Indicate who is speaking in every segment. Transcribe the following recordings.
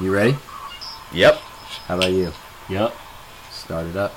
Speaker 1: You ready?
Speaker 2: Yep.
Speaker 1: How about you?
Speaker 3: Yep.
Speaker 1: Start it up.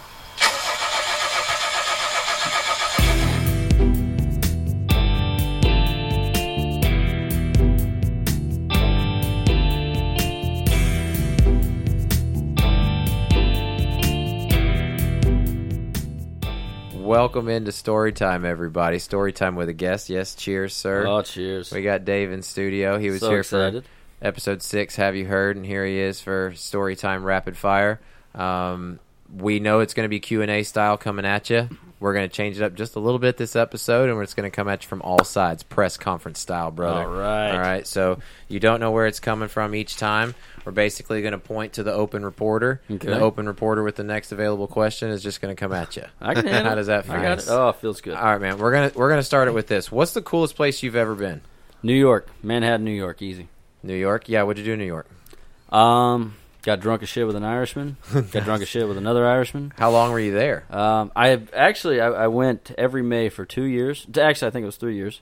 Speaker 1: Welcome into story time, everybody. Story time with a guest. Yes, cheers, sir.
Speaker 2: Oh, cheers.
Speaker 1: we got Dave in studio. He was
Speaker 2: so
Speaker 1: here
Speaker 2: excited.
Speaker 1: for episode six have you heard and here he is for story time rapid fire um, we know it's going to be q&a style coming at you we're going to change it up just a little bit this episode and we're just going to come at you from all sides press conference style brother
Speaker 2: All right.
Speaker 1: all right so you don't know where it's coming from each time we're basically going to point to the open reporter
Speaker 2: Okay.
Speaker 1: and the open reporter with the next available question is just going to come at you
Speaker 2: I can handle
Speaker 1: how does that
Speaker 2: it.
Speaker 1: feel
Speaker 2: I got it. Oh, it feels good.
Speaker 1: all right man we're going to we're going to start it with this what's the coolest place you've ever been
Speaker 2: New York, Manhattan, New York, easy.
Speaker 1: new york yeah what'd you do in new york
Speaker 2: Um, got drunk as shit with an Irishman. Got drunk as shit with another Irishman.
Speaker 1: how long were you there
Speaker 2: Um, I have- actually I, I went every May for two years. D- Actually, I think it was three years.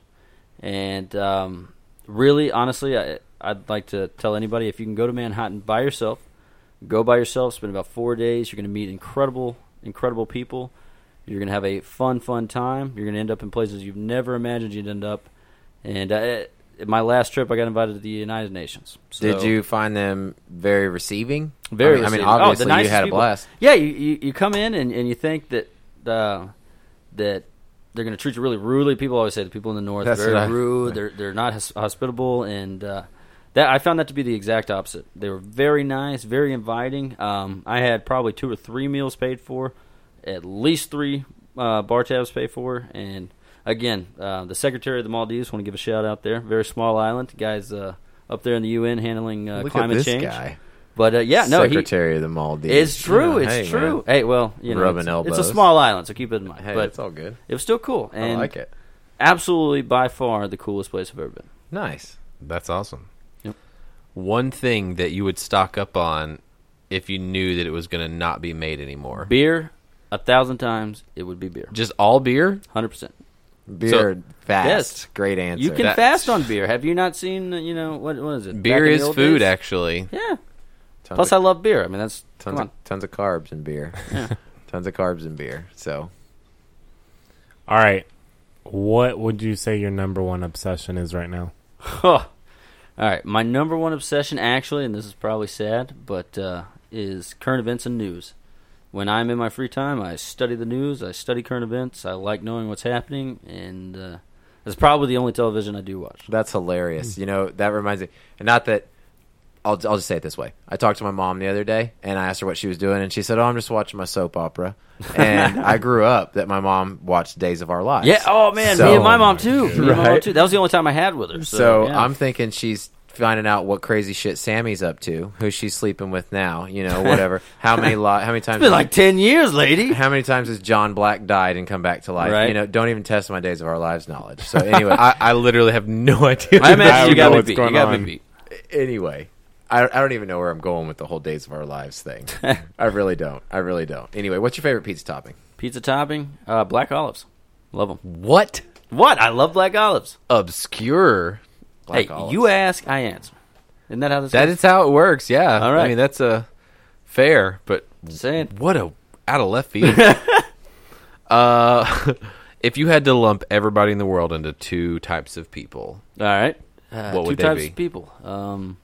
Speaker 2: And um, really, honestly, I I'd like to tell anybody if you can go to Manhattan by yourself, go by yourself. Spend about four days. You're going to meet incredible, incredible people. You're going to have a fun, fun time. You're going to end up in places you've never imagined you'd end up. And I, my last trip, I got invited to the United Nations. So,
Speaker 1: Did you find them very receiving?
Speaker 2: Very.
Speaker 1: I mean, I mean
Speaker 2: receiving. Oh, the
Speaker 1: obviously you
Speaker 2: nicest
Speaker 1: had a
Speaker 2: people.
Speaker 1: blast.
Speaker 2: Yeah, you, you, you come in and, and you think that uh, that they're going to treat you really rudely. People always say the people in the north are
Speaker 1: That's
Speaker 2: very
Speaker 1: what I-
Speaker 2: rude. They're they're not hos- hospitable, and uh, that I found that to be the exact opposite. They were very nice, very inviting. Um, I had probably two or three meals paid for, at least three uh, bar tabs paid for, and again, uh, the secretary of the Maldives want to give a shout out there. Very small island, guys. Uh, up there in the UN handling uh,
Speaker 1: Look
Speaker 2: climate
Speaker 1: at this
Speaker 2: change,
Speaker 1: guy.
Speaker 2: but uh, yeah, no, he,
Speaker 1: Secretary of the Maldives.
Speaker 2: it's true.
Speaker 1: Yeah,
Speaker 2: It's
Speaker 1: hey,
Speaker 2: true.
Speaker 1: man.
Speaker 2: Hey, well, you know,
Speaker 1: Rubbing
Speaker 2: it's,
Speaker 1: elbows.
Speaker 2: it's a small island, so keep it in mind.
Speaker 1: Hey,
Speaker 2: but
Speaker 1: it's all good.
Speaker 2: it was still cool, and
Speaker 1: I like it.
Speaker 2: absolutely by far the coolest place I've ever been.
Speaker 1: Nice.
Speaker 4: That's awesome.
Speaker 2: Yep.
Speaker 4: One thing that you would stock up on if you knew that it was going to not be made anymore.
Speaker 2: Beer, a thousand times, it would be beer,
Speaker 4: Just all beer?
Speaker 2: hundred percent.
Speaker 1: Beer fast.
Speaker 2: Yes.
Speaker 1: Great answer.
Speaker 2: You can
Speaker 4: That's-
Speaker 2: fast on beer. Have you not seen? uh, You know what? What is it?
Speaker 4: Beer
Speaker 2: Back in the
Speaker 4: is
Speaker 2: old
Speaker 4: food,
Speaker 2: days?
Speaker 4: actually.
Speaker 2: Yeah.
Speaker 1: tons
Speaker 2: Plus, I
Speaker 1: of,
Speaker 2: love beer. I mean, that's come
Speaker 1: tons
Speaker 2: on.
Speaker 1: of, tons of carbs in beer. tons of carbs in beer. So
Speaker 3: All right. What would you say your number one obsession is right now?
Speaker 2: Huh. All right, my number one obsession, actually, and this is probably sad, but uh, is current events and news. When I'm in my free time, I study the news. I study current events. I like knowing what's happening, and uh, that's probably the only television I do watch.
Speaker 1: That's hilarious.
Speaker 2: Mm.
Speaker 1: You know, that reminds me. And not that I'll I'll just say it this way. I talked to my mom the other day and I asked her what she was doing and she said, "Oh, I'm just watching my soap opera." And I grew up that my mom watched Days of Our Lives.
Speaker 2: Yeah. Oh man,
Speaker 1: So-
Speaker 2: me and my mom too. Me and my mom
Speaker 1: Right.
Speaker 2: too. That was the only time I had with her. So,
Speaker 1: So,
Speaker 2: yeah.
Speaker 1: I'm thinking she's finding out what crazy shit Sammy's up to, who she's sleeping with now, you know, whatever. how many li- how many times
Speaker 2: It's been like ten years, lady.
Speaker 1: how many times has John Black died and come back to life?
Speaker 2: Right.
Speaker 1: You know, don't even test my days of our lives knowledge. So anyway, I,
Speaker 4: I, I literally have no idea.
Speaker 2: I
Speaker 3: I
Speaker 2: imagine you
Speaker 3: don't
Speaker 2: got
Speaker 3: know
Speaker 2: me
Speaker 3: what's
Speaker 2: beat. You
Speaker 3: going
Speaker 2: got me
Speaker 3: on.
Speaker 2: beat.
Speaker 1: anyway, I, I don't even know where I'm going with the whole days of our lives thing. I really don't. I really don't. Anyway, what's your favorite pizza topping?
Speaker 2: Pizza topping, uh, black olives. Love them.
Speaker 4: what?
Speaker 2: What? I love black olives.
Speaker 4: Obscure.
Speaker 1: Black
Speaker 2: hey,
Speaker 1: olives.
Speaker 2: you ask, I answer. Isn't that how this
Speaker 4: That
Speaker 2: goes?
Speaker 4: is how it works, yeah.
Speaker 2: All right.
Speaker 4: I mean, that's
Speaker 1: uh,
Speaker 4: a fair, but
Speaker 2: Saying.
Speaker 4: what a out of left field. uh, if you had to lump everybody in the world into two types of people,
Speaker 2: All right. Uh,
Speaker 4: What
Speaker 2: two
Speaker 4: would they
Speaker 2: types
Speaker 4: be?
Speaker 2: of people. Um,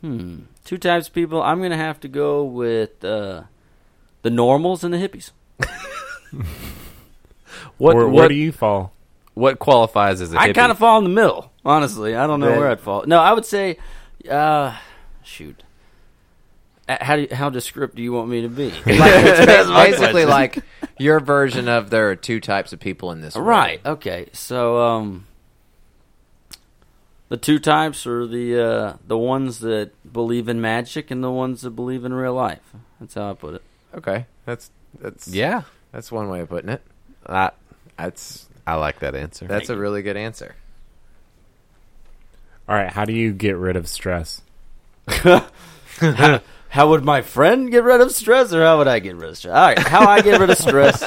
Speaker 2: hmm. Two types of people. I'm gonna have to go with uh, the normals and the hippies.
Speaker 4: what
Speaker 3: Where,
Speaker 4: what,
Speaker 3: where do you fall?
Speaker 4: what qualifies as a
Speaker 2: I
Speaker 4: hippie?
Speaker 2: kind of fall in the middle, honestly. I don't know
Speaker 1: Then-
Speaker 2: where I'd fall. No, I would say, uh, shoot. A- How do you, how descriptive do you want me to be?
Speaker 1: Like, it's ba- basically like your version of there are two types of people in this world.
Speaker 2: right. Okay. So um, the two types are the uh, the ones that believe in magic and the ones that believe in real life. That's how I put it.
Speaker 1: Okay. That's that's
Speaker 4: yeah,
Speaker 1: That's one way of putting it.
Speaker 4: I,
Speaker 1: That's
Speaker 4: I like that answer.
Speaker 1: that's a really good answer.
Speaker 3: All right. How do you get rid of stress?
Speaker 2: How would my friend get rid of stress, or how would I get rid of stress? All right, how I get rid of stress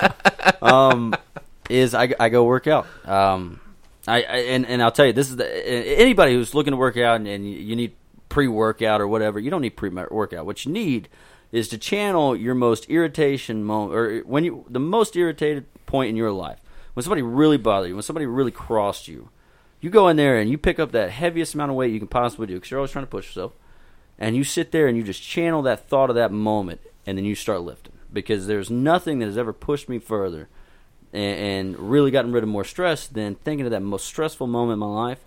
Speaker 2: um, is I, I go work out. Um, I, I and, and I'll tell you, this is the, a- anybody who's looking to work out and, and you need pre workout or whatever. You don't need pre workout. What you need is to channel your most irritation moment or when you the most irritated point in your life when somebody really bothered you when somebody really crossed you you go in there and you pick up that heaviest amount of weight you can possibly do because you're always trying to push yourself and you sit there and you just channel that thought of that moment and then you start lifting because there's nothing that has ever pushed me further and, and really gotten rid of more stress than thinking of that most stressful moment in my life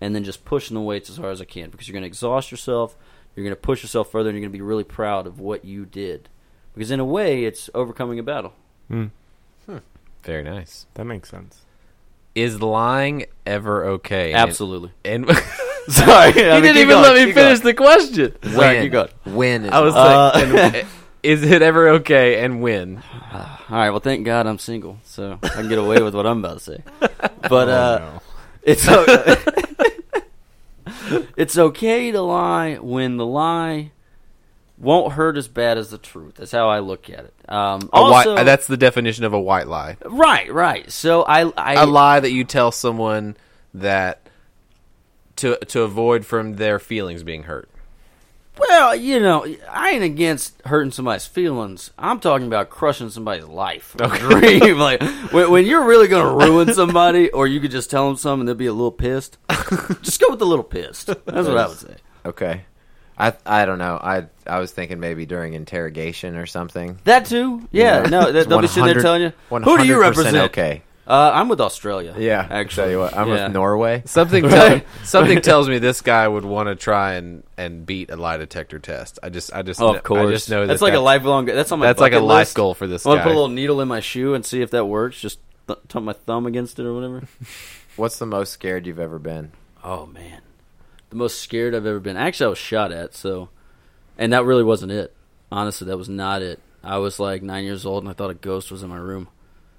Speaker 2: and then just pushing the weights as hard as I can because you're going to exhaust yourself, you're going to push yourself further, and you're going to be really proud of what you did. Because in a way, it's overcoming a battle.
Speaker 4: Very nice.
Speaker 3: That makes sense.
Speaker 4: Is lying ever okay?
Speaker 2: Absolutely.
Speaker 4: And, and
Speaker 2: Sorry,
Speaker 4: he didn't even let me finish the question.
Speaker 2: Sorry, keep going.
Speaker 1: When is
Speaker 4: I was like, and- is it ever okay? And when?
Speaker 2: All right. Well, thank God I'm single, so I can get away with what I'm about to say. But uh,
Speaker 3: no.
Speaker 2: It's o- it's okay to lie when the lie won't hurt as bad as the truth. That's how I look at it. Um,
Speaker 1: Oh,
Speaker 4: A
Speaker 2: also,
Speaker 4: white, that's the definition of a white lie.
Speaker 2: right, right. So I, I,
Speaker 4: a lie that you tell someone that to to avoid from their feelings being hurt.
Speaker 2: well, you know, I ain't against hurting somebody's feelings. I'm talking about crushing somebody's life, or dream. like when, when you're really going to ruin somebody, or you could just tell them something and they'll be a little pissed. just go with the little pissed. That's what I would say.
Speaker 1: okay. I I don't know. I I was thinking maybe during interrogation or something.
Speaker 2: That too, yeah. No, they-
Speaker 1: It's
Speaker 2: they'll be sitting there
Speaker 1: 100
Speaker 2: telling you, "Who do you
Speaker 1: 100%
Speaker 2: represent?"
Speaker 1: Okay.
Speaker 2: Uh, I'm with Australia.
Speaker 1: Yeah.
Speaker 2: actually,
Speaker 1: tell you what, I'm
Speaker 2: Yeah.
Speaker 1: with Norway.
Speaker 4: Something
Speaker 2: Right.
Speaker 4: tell, something tells me this guy would want to try and, and beat a lie detector test. I just I just
Speaker 2: Oh,
Speaker 4: kn-
Speaker 2: of course.
Speaker 4: I just know that
Speaker 2: that's like a
Speaker 4: that-
Speaker 2: lifelong. That's on my.
Speaker 4: That's like a
Speaker 2: bucket
Speaker 4: life
Speaker 2: list.
Speaker 4: goal for this
Speaker 2: I want to
Speaker 4: guy.
Speaker 2: put a little needle in my shoe and see if that works. Just th- tuck my thumb against it or whatever.
Speaker 1: What's the most scared you've ever been?
Speaker 2: oh man, the most scared I've ever been. Actually, I was shot at. So, and that really wasn't it. Honestly, that was not it. I was like nine years old and I thought a ghost was in my room.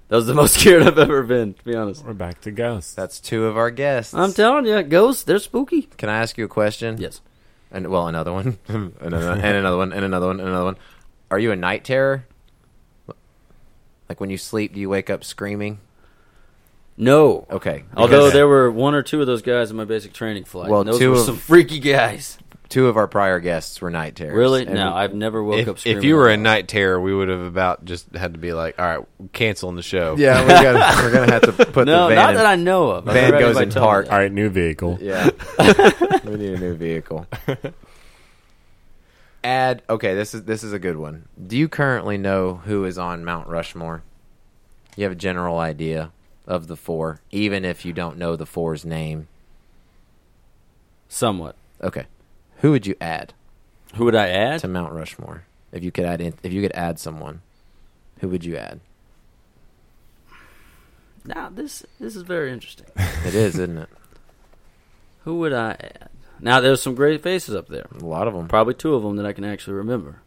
Speaker 2: That was the most scared I've ever been. To be honest,
Speaker 3: We're back to ghosts.
Speaker 1: That's two of our guests.
Speaker 2: I'm telling you, ghosts they're spooky.
Speaker 1: Can I ask you a question?
Speaker 2: Yes.
Speaker 1: And well, another one, another, and another one, and another one, and another one. Are you a night terror? Like when you sleep, do you wake up screaming?
Speaker 2: No.
Speaker 1: Okay. because
Speaker 2: Although there were one or two of those guys in my basic training flight.
Speaker 1: Well,
Speaker 2: and those
Speaker 1: two
Speaker 2: were
Speaker 1: of-
Speaker 2: some freaky guys.
Speaker 1: two of our prior guests were night terrors.
Speaker 2: Really?
Speaker 1: And
Speaker 2: No, I've never woke up
Speaker 4: If,
Speaker 2: screaming.
Speaker 4: if you were a night terror, we would have about just had to be like, all right, canceling the show.
Speaker 1: Yeah, we gotta, we're gonna have to put
Speaker 2: no,
Speaker 1: the van.
Speaker 2: not
Speaker 1: in-
Speaker 2: that I know of. I've
Speaker 1: van
Speaker 2: never had
Speaker 1: goes
Speaker 2: anybody
Speaker 1: in
Speaker 2: tell me
Speaker 1: park.
Speaker 2: that.
Speaker 3: All right, new vehicle.
Speaker 1: Yeah. we need a new vehicle. Add okay, this is this is a good one. Do you currently know who is on Mount Rushmore? You have a general idea of the four, even if you don't know the four's name.
Speaker 2: Somewhat.
Speaker 1: Okay. Who would you add
Speaker 2: Who would I add?
Speaker 1: to Mount Rushmore? If you could add in, if you could add someone, who would you add?
Speaker 2: Now this this is very interesting.
Speaker 1: It is, isn't it?
Speaker 2: Who would I add? Now there's some great faces up there.
Speaker 1: A lot of them.
Speaker 2: Probably two of them that I can actually remember.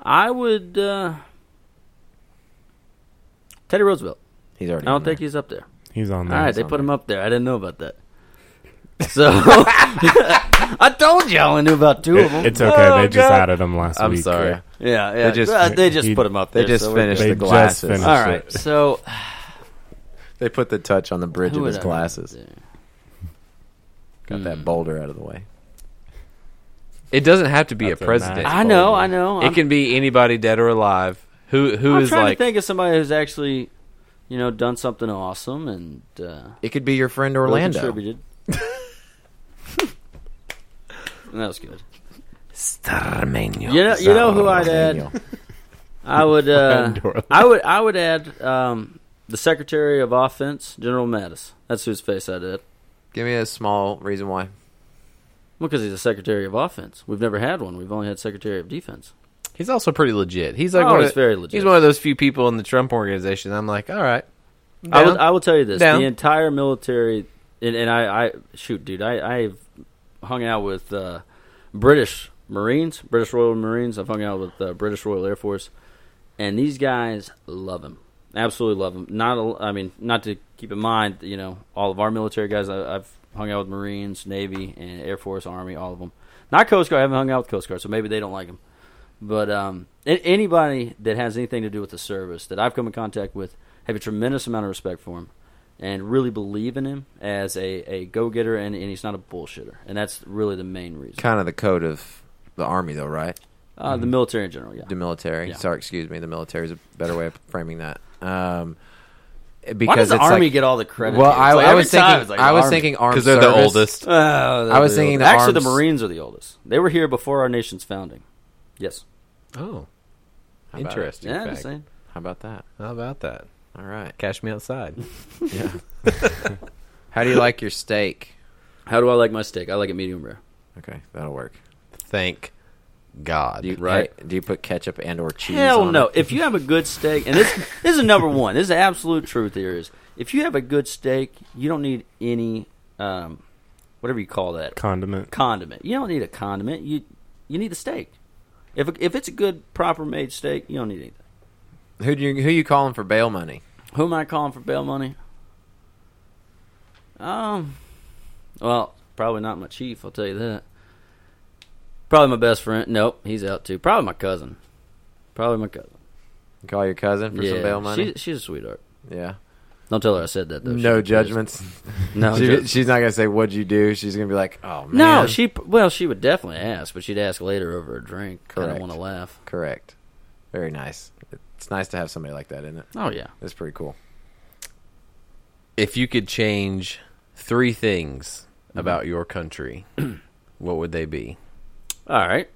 Speaker 2: I would uh, Teddy Roosevelt.
Speaker 1: He's already
Speaker 2: I don't
Speaker 1: on there.
Speaker 2: think he's up there.
Speaker 3: He's on
Speaker 2: All
Speaker 3: there.
Speaker 2: right, they
Speaker 1: on
Speaker 2: put
Speaker 1: there.
Speaker 2: him up there. I didn't know about that. So I told you I only knew about two of them.
Speaker 3: It- it's okay.
Speaker 2: Oh,
Speaker 3: they just
Speaker 2: God.
Speaker 3: added him last
Speaker 1: I'm
Speaker 3: week.
Speaker 1: sorry.
Speaker 3: Yeah.
Speaker 2: Yeah, yeah. They
Speaker 1: just-
Speaker 2: just, uh, they just
Speaker 3: he-
Speaker 2: put him up
Speaker 1: They
Speaker 2: there.
Speaker 1: just
Speaker 2: so we're
Speaker 1: finished
Speaker 3: They
Speaker 1: the
Speaker 3: just
Speaker 1: glasses.
Speaker 3: finished
Speaker 2: good. All right, so
Speaker 1: They put the touch on the bridge
Speaker 2: who
Speaker 1: of
Speaker 2: would
Speaker 1: his
Speaker 2: I-
Speaker 1: glasses. Got that
Speaker 2: Hmm.
Speaker 1: boulder out of the way.
Speaker 4: It doesn't have to be
Speaker 3: That's
Speaker 4: a
Speaker 3: a
Speaker 4: president.
Speaker 3: nice-
Speaker 2: I know, I know.
Speaker 4: It
Speaker 2: I'm,
Speaker 4: can be anybody dead or alive. Who who is
Speaker 2: I'm trying
Speaker 4: like
Speaker 2: to think of somebody who's actually, you know, done something awesome and uh, really
Speaker 1: It could be your friend Orlando.
Speaker 2: contributed. that was good.
Speaker 1: Starmenio.
Speaker 2: You know- you know who I'd add? I would, uh,
Speaker 3: Pandora.
Speaker 2: I would, I would add um, the Secretary of Offense, General Mattis. That's whose face I did.
Speaker 1: Give me a small reason why.
Speaker 2: Well, because he's a Secretary of Offense. We've never had one. We've only had Secretary of Defense.
Speaker 4: He's also pretty legit. He's like
Speaker 2: Oh,
Speaker 4: one of
Speaker 2: he's
Speaker 4: the-
Speaker 2: very legit.
Speaker 4: He's one of those few people in the Trump organization. I'm like, all right.
Speaker 2: I
Speaker 4: down.
Speaker 2: will, I will tell you this:
Speaker 4: Down.
Speaker 2: the entire military, and, and I, I shoot, dude, I, I've hung out with uh, British Marines, British Royal Marines. I've hung out with uh, British Royal Air Force, and these guys love him, absolutely love him. Not, a, I mean, not to keep in mind, you know, all of our military guys. I, I've hung out with Marines, Navy, and Air Force, Army, all of them. Not Coast Guard. I haven't hung out with Coast Guard, so maybe they don't like him. But um, a- anybody that has anything to do with the service that I've come in contact with have a tremendous amount of respect for him, and really believe in him as a, a go getter, and, and he's not a bullshitter. And that's really the main reason.
Speaker 1: Kind of the code of the army, though, right?
Speaker 2: Uh,
Speaker 1: Mm-hmm.
Speaker 2: The military in general, yeah.
Speaker 1: The military.
Speaker 2: Yeah.
Speaker 1: Sorry, excuse me. The military is a better way of framing that. Um, because
Speaker 2: Why does the
Speaker 1: it's
Speaker 2: army
Speaker 1: like,
Speaker 2: get all the credit?
Speaker 1: well,
Speaker 2: here?
Speaker 1: I,
Speaker 2: It's like
Speaker 1: I
Speaker 2: every
Speaker 1: was
Speaker 2: time
Speaker 1: thinking,
Speaker 2: it's like
Speaker 1: I was
Speaker 2: army.
Speaker 1: thinking armed
Speaker 4: because they're the
Speaker 1: service.
Speaker 4: oldest.
Speaker 2: Oh, they're
Speaker 1: I was
Speaker 2: the
Speaker 1: thinking
Speaker 2: oldest.
Speaker 1: the
Speaker 2: actually the
Speaker 1: arms-
Speaker 2: Marines are the oldest. They were here before our nation's founding. Yes.
Speaker 4: Oh,
Speaker 1: How about it?
Speaker 4: interesting.
Speaker 2: Yeah, just
Speaker 4: fact.
Speaker 2: saying.
Speaker 1: How about that?
Speaker 4: How about that?
Speaker 1: All right.
Speaker 4: Cash me outside.
Speaker 1: Yeah. How do you like your steak?
Speaker 2: How do I like my steak? I like it medium rare.
Speaker 1: Okay, that'll work.
Speaker 4: Thank God.
Speaker 1: Do you,
Speaker 2: Right.
Speaker 1: Do you put ketchup and or cheese?
Speaker 2: Hell
Speaker 1: on
Speaker 2: no!
Speaker 1: It?
Speaker 2: If you have a good steak, and this this is number one, this is the absolute truth. Here is if you have a good steak, you don't need any um, whatever you call that
Speaker 3: Condiment.
Speaker 2: condiment. You don't need a condiment. You you need the steak. If if it's a good proper made steak, you don't need anything.
Speaker 1: Who do you who you calling for bail money?
Speaker 2: Who am I calling for bail money? Um, well, probably not my chief. I'll tell you that. Probably my best friend. Nope, he's out too. Probably my cousin. Probably my cousin.
Speaker 1: You call your cousin for some bail money.
Speaker 2: She's, she's a sweetheart.
Speaker 1: yeah.
Speaker 2: Don't tell her I said that though.
Speaker 1: No
Speaker 2: She'll be
Speaker 1: judgments.
Speaker 2: pissed. No,
Speaker 1: She-
Speaker 2: judgment.
Speaker 1: she's not gonna say what'd you do. She's gonna be like, oh man.
Speaker 2: no. She well, she would definitely ask, but she'd ask later over a drink. I
Speaker 1: Correct.
Speaker 2: don't want to laugh.
Speaker 1: correct. Very nice. It's nice to have somebody like that, isn't it?
Speaker 2: Oh yeah.
Speaker 1: It's pretty cool.
Speaker 4: If you could change three things about your country, what would they be?
Speaker 2: All right.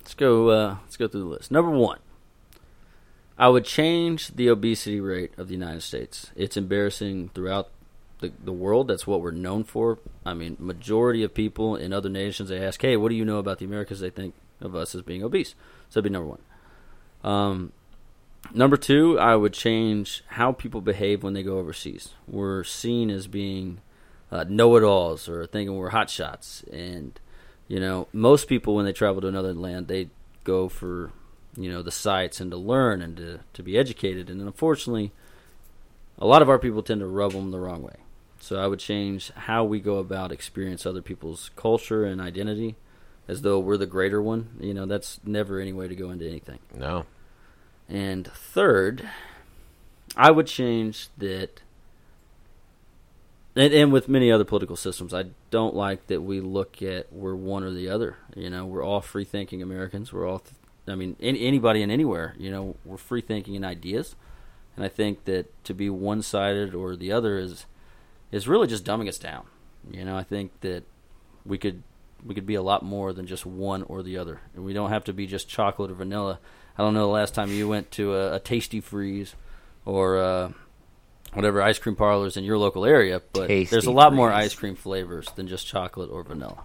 Speaker 2: Let's go. Uh, let's go through the list. Number one, I would change the obesity rate of the United States. It's embarrassing throughout the, the world. That's what we're known for. I mean, majority of people in other nations they ask, "Hey, what do you know about the Americas?" They think of us as being obese. So that'd be number one. Um, number two, I would change how people behave when they go overseas. We're seen as being uh, know-it-alls or thinking we're hotshots, and you know, most people when they travel to another land, they go for you know the sights and to learn and to to be educated. And unfortunately, a lot of our people tend to rub them the wrong way. So I would change how we go about experience other people's culture and identity, as though we're the greater one. You know, that's never any way to go into anything.
Speaker 4: No.
Speaker 2: And third, I would change that. And, and with many other political systems, I don't like that we look at we're one or the other. You know, we're all free thinking Americans. We're all, I mean, an anybody and anywhere. You know, we're free thinking in ideas, and I think that to be one sided or the other is is really just dumbing us down. You know, I think that we could we could be a lot more than just one or the other, and we don't have to be just chocolate or vanilla. I don't know the last time you went to a, a Tasty Freeze or uh, whatever ice cream parlors in your local area, but there's
Speaker 1: Tasty
Speaker 2: a lot more
Speaker 1: Freeze.
Speaker 2: ice cream flavors than just chocolate or vanilla.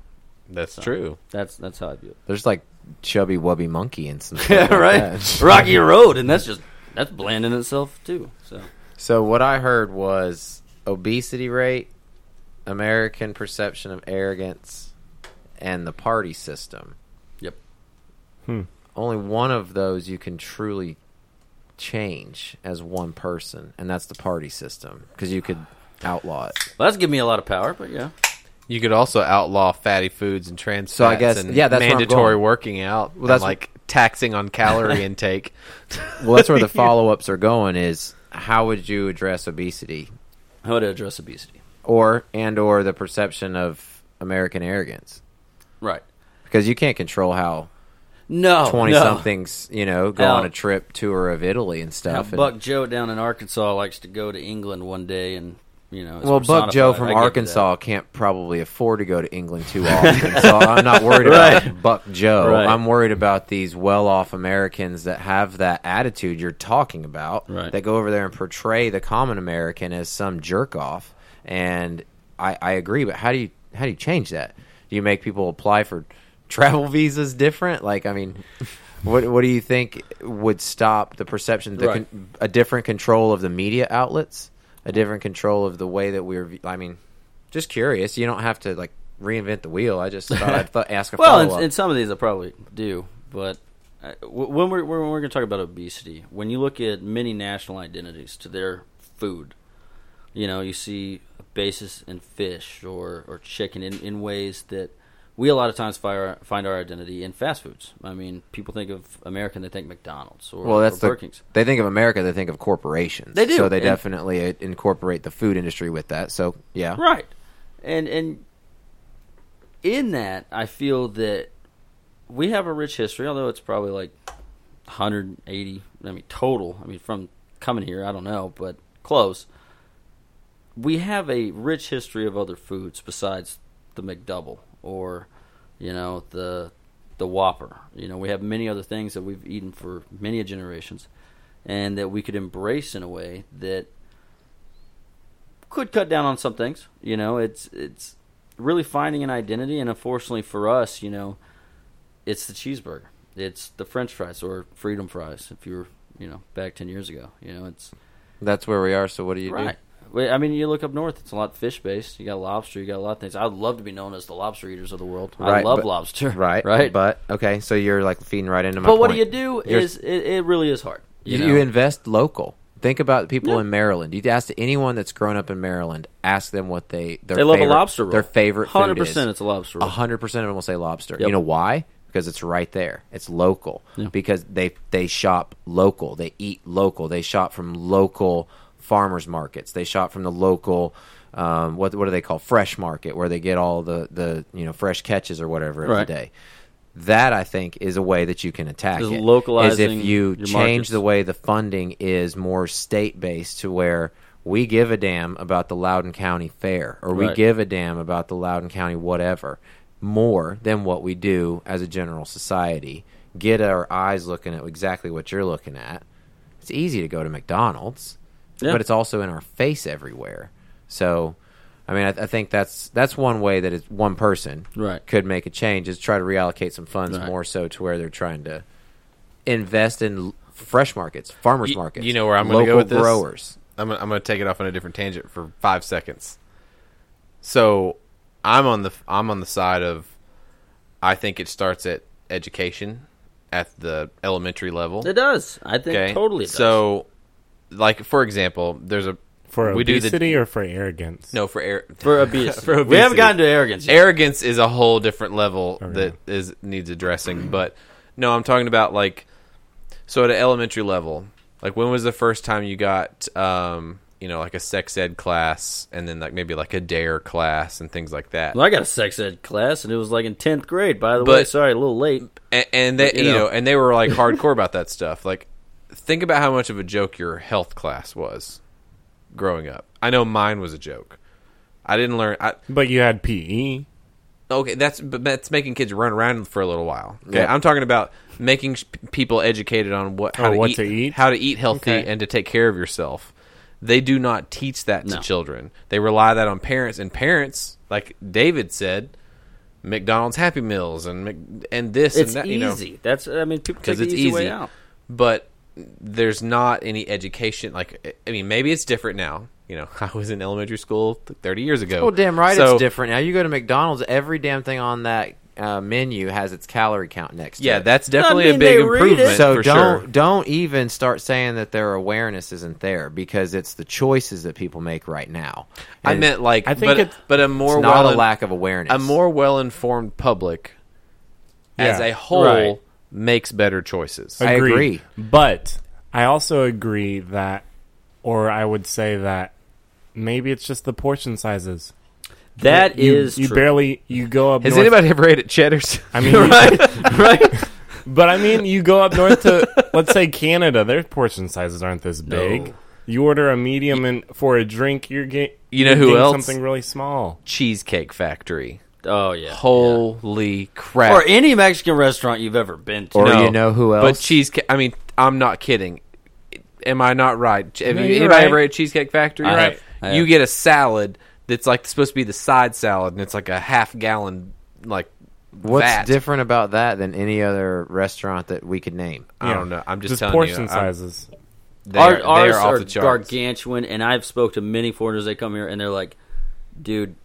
Speaker 4: That's true.
Speaker 2: That's that's how I view
Speaker 1: There's like chubby wubby monkey and some.
Speaker 2: it.
Speaker 1: stuff like that.
Speaker 2: Rocky Road, and that's just that's blanding itself too. So
Speaker 1: So what I heard was obesity rate, American perception of arrogance, and the party system.
Speaker 2: Yep.
Speaker 3: Hmm.
Speaker 1: Only one of those you can truly change as one person, and that's the party system because you could outlaw it.
Speaker 2: well, that's giving me a lot of power, but yeah,
Speaker 4: You could also outlaw fatty foods and trans
Speaker 1: So I
Speaker 4: fats
Speaker 1: guess-
Speaker 4: and
Speaker 1: yeah, that's where I'm
Speaker 4: mandatory
Speaker 1: going.
Speaker 4: working out. Well,
Speaker 1: that's
Speaker 4: that's like taxing on calorie intake.
Speaker 1: Well, that's where the follow-ups are going. Is how would you address obesity,
Speaker 2: how to address obesity.
Speaker 1: or and or the perception of American arrogance?
Speaker 2: Right.
Speaker 1: Because you can't control how
Speaker 2: Oh, No.
Speaker 1: twenty
Speaker 2: no.
Speaker 1: somethings, you know, go
Speaker 2: Hell.
Speaker 1: on a trip tour of Italy and
Speaker 2: Now,
Speaker 1: stuff. and-
Speaker 2: Buck Joe down in Arkansas likes to go to England one day, and you know. is
Speaker 1: well, Buck Joe
Speaker 2: personified.
Speaker 1: from
Speaker 2: I give you
Speaker 1: Arkansas can't probably afford to go to England too often, so I'm not worried about Buck Joe.
Speaker 2: Right.
Speaker 1: I'm worried about these well-off Americans that have that attitude you're talking about.
Speaker 2: Right.
Speaker 1: That go over there and portray the common American as some jerk off, and I, I agree. But how do you how do you change that? Do you make people apply for travel visas different? Like, I mean. What What do you think would stop the perception? The
Speaker 2: Right.
Speaker 1: con- a different control of the media outlets, a different control of the way that we're. I mean, just curious. You don't have to like reinvent the wheel. I just thought I'd th- ask a
Speaker 2: Well,
Speaker 1: follow
Speaker 2: and,
Speaker 1: up.
Speaker 2: and some of these I probably do, but uh, w- when we're when we're going to talk about obesity, when you look at many national identities to their food, you know, you see a basis in fish or or chicken in, in ways that we a lot of times find our, find our identity in fast foods. I mean, people think of American, they think McDonald's or,
Speaker 1: Well, that's
Speaker 2: or
Speaker 1: the.
Speaker 2: Burger King's.
Speaker 1: They think of America. They think of corporations.
Speaker 2: They do,
Speaker 1: So they
Speaker 2: and-
Speaker 1: definitely uh, incorporate the food industry with that. So yeah,
Speaker 2: Right. And and in that, I feel that we have a rich history, although it's probably like 180, I mean total. I mean from coming here, I don't know, but close. We have a rich history of other foods besides the McDouble or you know the the Whopper. You know, we have many other things that we've eaten for many generations and that we could embrace in a way that could cut down on some things. You know, it's it's really finding an identity, and unfortunately for us, you know, it's the cheeseburger, it's the French fries or freedom fries. If you were, you know, back ten years ago, you know, it's
Speaker 1: that's where we are. So what do you
Speaker 2: right. Well, I mean, you look up north; it's a lot fish based. You got lobster, you got a lot of things. I would love to be known as the lobster eaters of the world. I
Speaker 1: Right,
Speaker 2: love
Speaker 1: but-
Speaker 2: lobster.
Speaker 1: do? Right.
Speaker 2: right.
Speaker 1: But okay, so you're like feeding right into my.
Speaker 2: but what do
Speaker 1: point.
Speaker 2: you do?
Speaker 1: You're-
Speaker 2: is it, it really is hard?
Speaker 1: You,
Speaker 2: You, know?
Speaker 1: you invest local. Think about people
Speaker 2: Yeah.
Speaker 1: in Maryland. You ask anyone that's grown up in Maryland, ask them what they their
Speaker 2: they love
Speaker 1: favorite,
Speaker 2: a lobster roll.
Speaker 1: Their favorite
Speaker 2: hundred
Speaker 1: food
Speaker 2: percent.
Speaker 1: is.
Speaker 2: It's a lobster
Speaker 1: A
Speaker 2: roll.
Speaker 1: hundred percent of them will say lobster.
Speaker 2: Yep.
Speaker 1: You know why? Because it's right there. It's local.
Speaker 2: Yeah.
Speaker 1: Because they they shop local. They eat local. They shop from local farmers markets. They shop from the local. Um, what what do they call fresh market where they get all the the you know fresh catches or whatever of
Speaker 2: Right.
Speaker 1: the day. That I think is a way that you can attack
Speaker 2: Just
Speaker 1: it,
Speaker 2: localizing
Speaker 1: is if you
Speaker 2: your
Speaker 1: change
Speaker 2: markets.
Speaker 1: the way the funding is more state based to where we give a damn about the Loudoun County Fair or we
Speaker 2: Right.
Speaker 1: give a damn about the Loudoun County whatever more than what we do as a general society. Get our eyes looking at exactly what you're looking at. It's easy to go to McDonald's,
Speaker 2: Yeah.
Speaker 1: but it's also in our face everywhere. So, I mean, I, I think that's that's one way that it's one person
Speaker 2: Right.
Speaker 1: could make a change is try to reallocate some funds
Speaker 2: Right.
Speaker 1: more so to where they're trying to invest in l- fresh markets, farmers
Speaker 4: You-
Speaker 1: markets.
Speaker 4: you know where I'm gonna
Speaker 1: local
Speaker 4: go with this?
Speaker 1: growers.
Speaker 4: I'm gonna, I'm gonna take it off on a different tangent for five seconds. So I'm on the I'm on the side of I think it starts at education at the elementary level.
Speaker 2: It does. I think totally. It does.
Speaker 4: So, like for example, there's a
Speaker 3: for
Speaker 4: we do the-
Speaker 3: obesity or for arrogance?
Speaker 4: no for air
Speaker 2: for obesity.
Speaker 4: For
Speaker 2: We
Speaker 4: obesity.
Speaker 2: haven't gotten to arrogance. Yet.
Speaker 4: arrogance is a whole different level that is needs addressing. But no, I'm talking about like so at an elementary level. Like when was the first time you got um, you know like a sex ed class and then like maybe like a dare class and things like that.
Speaker 2: Well, I got a sex ed class, and it was like in tenth grade. By the
Speaker 4: But-
Speaker 2: way, sorry, a little late.
Speaker 4: and, and they
Speaker 2: you
Speaker 4: you, know,
Speaker 2: know.
Speaker 4: and they were like hardcore about that stuff like think about how much of a joke your health class was growing up i know mine was a joke i didn't learn I,
Speaker 3: But you had E. PE.
Speaker 4: okay that's but that's making kids run around for a little while okay
Speaker 1: Yeah.
Speaker 4: i'm talking about making sh- people educated on what how
Speaker 3: Oh,
Speaker 4: to,
Speaker 3: what
Speaker 4: eat,
Speaker 3: to eat?
Speaker 4: how to eat healthy
Speaker 3: Okay.
Speaker 4: and to take care of yourself they do not teach that to
Speaker 2: No.
Speaker 4: children they rely that on parents and parents like david said mcdonald's happy meals and Mc- and this
Speaker 2: It's
Speaker 4: and that
Speaker 2: easy.
Speaker 4: you know
Speaker 2: That's I mean, people
Speaker 4: because
Speaker 2: take the
Speaker 4: it's
Speaker 2: easy,
Speaker 4: easy.
Speaker 2: way out.
Speaker 4: But there's not any education. Like, I mean, maybe it's different now. You know, I was in elementary school 30 years ago.
Speaker 1: Oh, damn right,
Speaker 4: So,
Speaker 1: it's different now. You go to McDonald's, every damn thing on that uh, menu has its calorie count next. to
Speaker 4: Yeah,
Speaker 1: it.
Speaker 4: that's definitely
Speaker 2: mean
Speaker 4: a big
Speaker 2: they read
Speaker 4: improvement.
Speaker 2: it.
Speaker 1: So
Speaker 4: for
Speaker 1: don't
Speaker 4: sure.
Speaker 1: don't even start saying that their awareness isn't there because it's the choices that people make right now.
Speaker 4: I
Speaker 1: And
Speaker 4: meant like,
Speaker 3: I think
Speaker 4: but,
Speaker 3: it's-
Speaker 4: but a more
Speaker 1: it's not
Speaker 4: well
Speaker 1: a lack of awareness.
Speaker 4: a more well informed public as
Speaker 3: Yeah.
Speaker 4: a whole
Speaker 2: Right.
Speaker 4: makes better choices.
Speaker 1: I
Speaker 3: Agreed.
Speaker 1: agree.
Speaker 3: But I also agree that, or I would say that maybe it's just the portion sizes.
Speaker 2: That
Speaker 3: you,
Speaker 2: is
Speaker 3: you
Speaker 2: true.
Speaker 3: barely you go up.
Speaker 4: Has
Speaker 3: north,
Speaker 4: anybody ever ate at Cheddar's?
Speaker 3: I mean,
Speaker 2: right, right.
Speaker 3: but I mean, you go up north to let's say Canada. Their portion sizes aren't this big.
Speaker 2: No.
Speaker 3: You order a medium and for a drink, you're getting
Speaker 4: You know who else?
Speaker 3: something really small.
Speaker 4: Cheesecake Factory.
Speaker 2: Oh yeah.
Speaker 4: Holy crap!
Speaker 2: Or any Mexican restaurant you've ever been to.
Speaker 1: Or
Speaker 4: No.
Speaker 1: you know who else?
Speaker 4: But cheesecake. I mean, I'm not kidding. Am I not right? Have
Speaker 3: No,
Speaker 4: you,
Speaker 3: you're
Speaker 4: anybody
Speaker 3: right.
Speaker 4: ever at Cheesecake Factory?
Speaker 2: I
Speaker 3: have.
Speaker 2: I have.
Speaker 4: You get a salad that's like supposed to be the side salad, and it's like a half gallon like.
Speaker 1: What's
Speaker 4: vat.
Speaker 1: different about that than any other restaurant that we could name?
Speaker 4: I don't know. I'm just, telling
Speaker 3: portion
Speaker 4: you. I'm-
Speaker 3: sizes.
Speaker 4: They
Speaker 2: Our-
Speaker 4: are, they
Speaker 2: ours
Speaker 4: are off
Speaker 2: are
Speaker 4: the charts.
Speaker 2: gargantuan, and I've spoke to many foreigners. They come here and they're like, "Dude,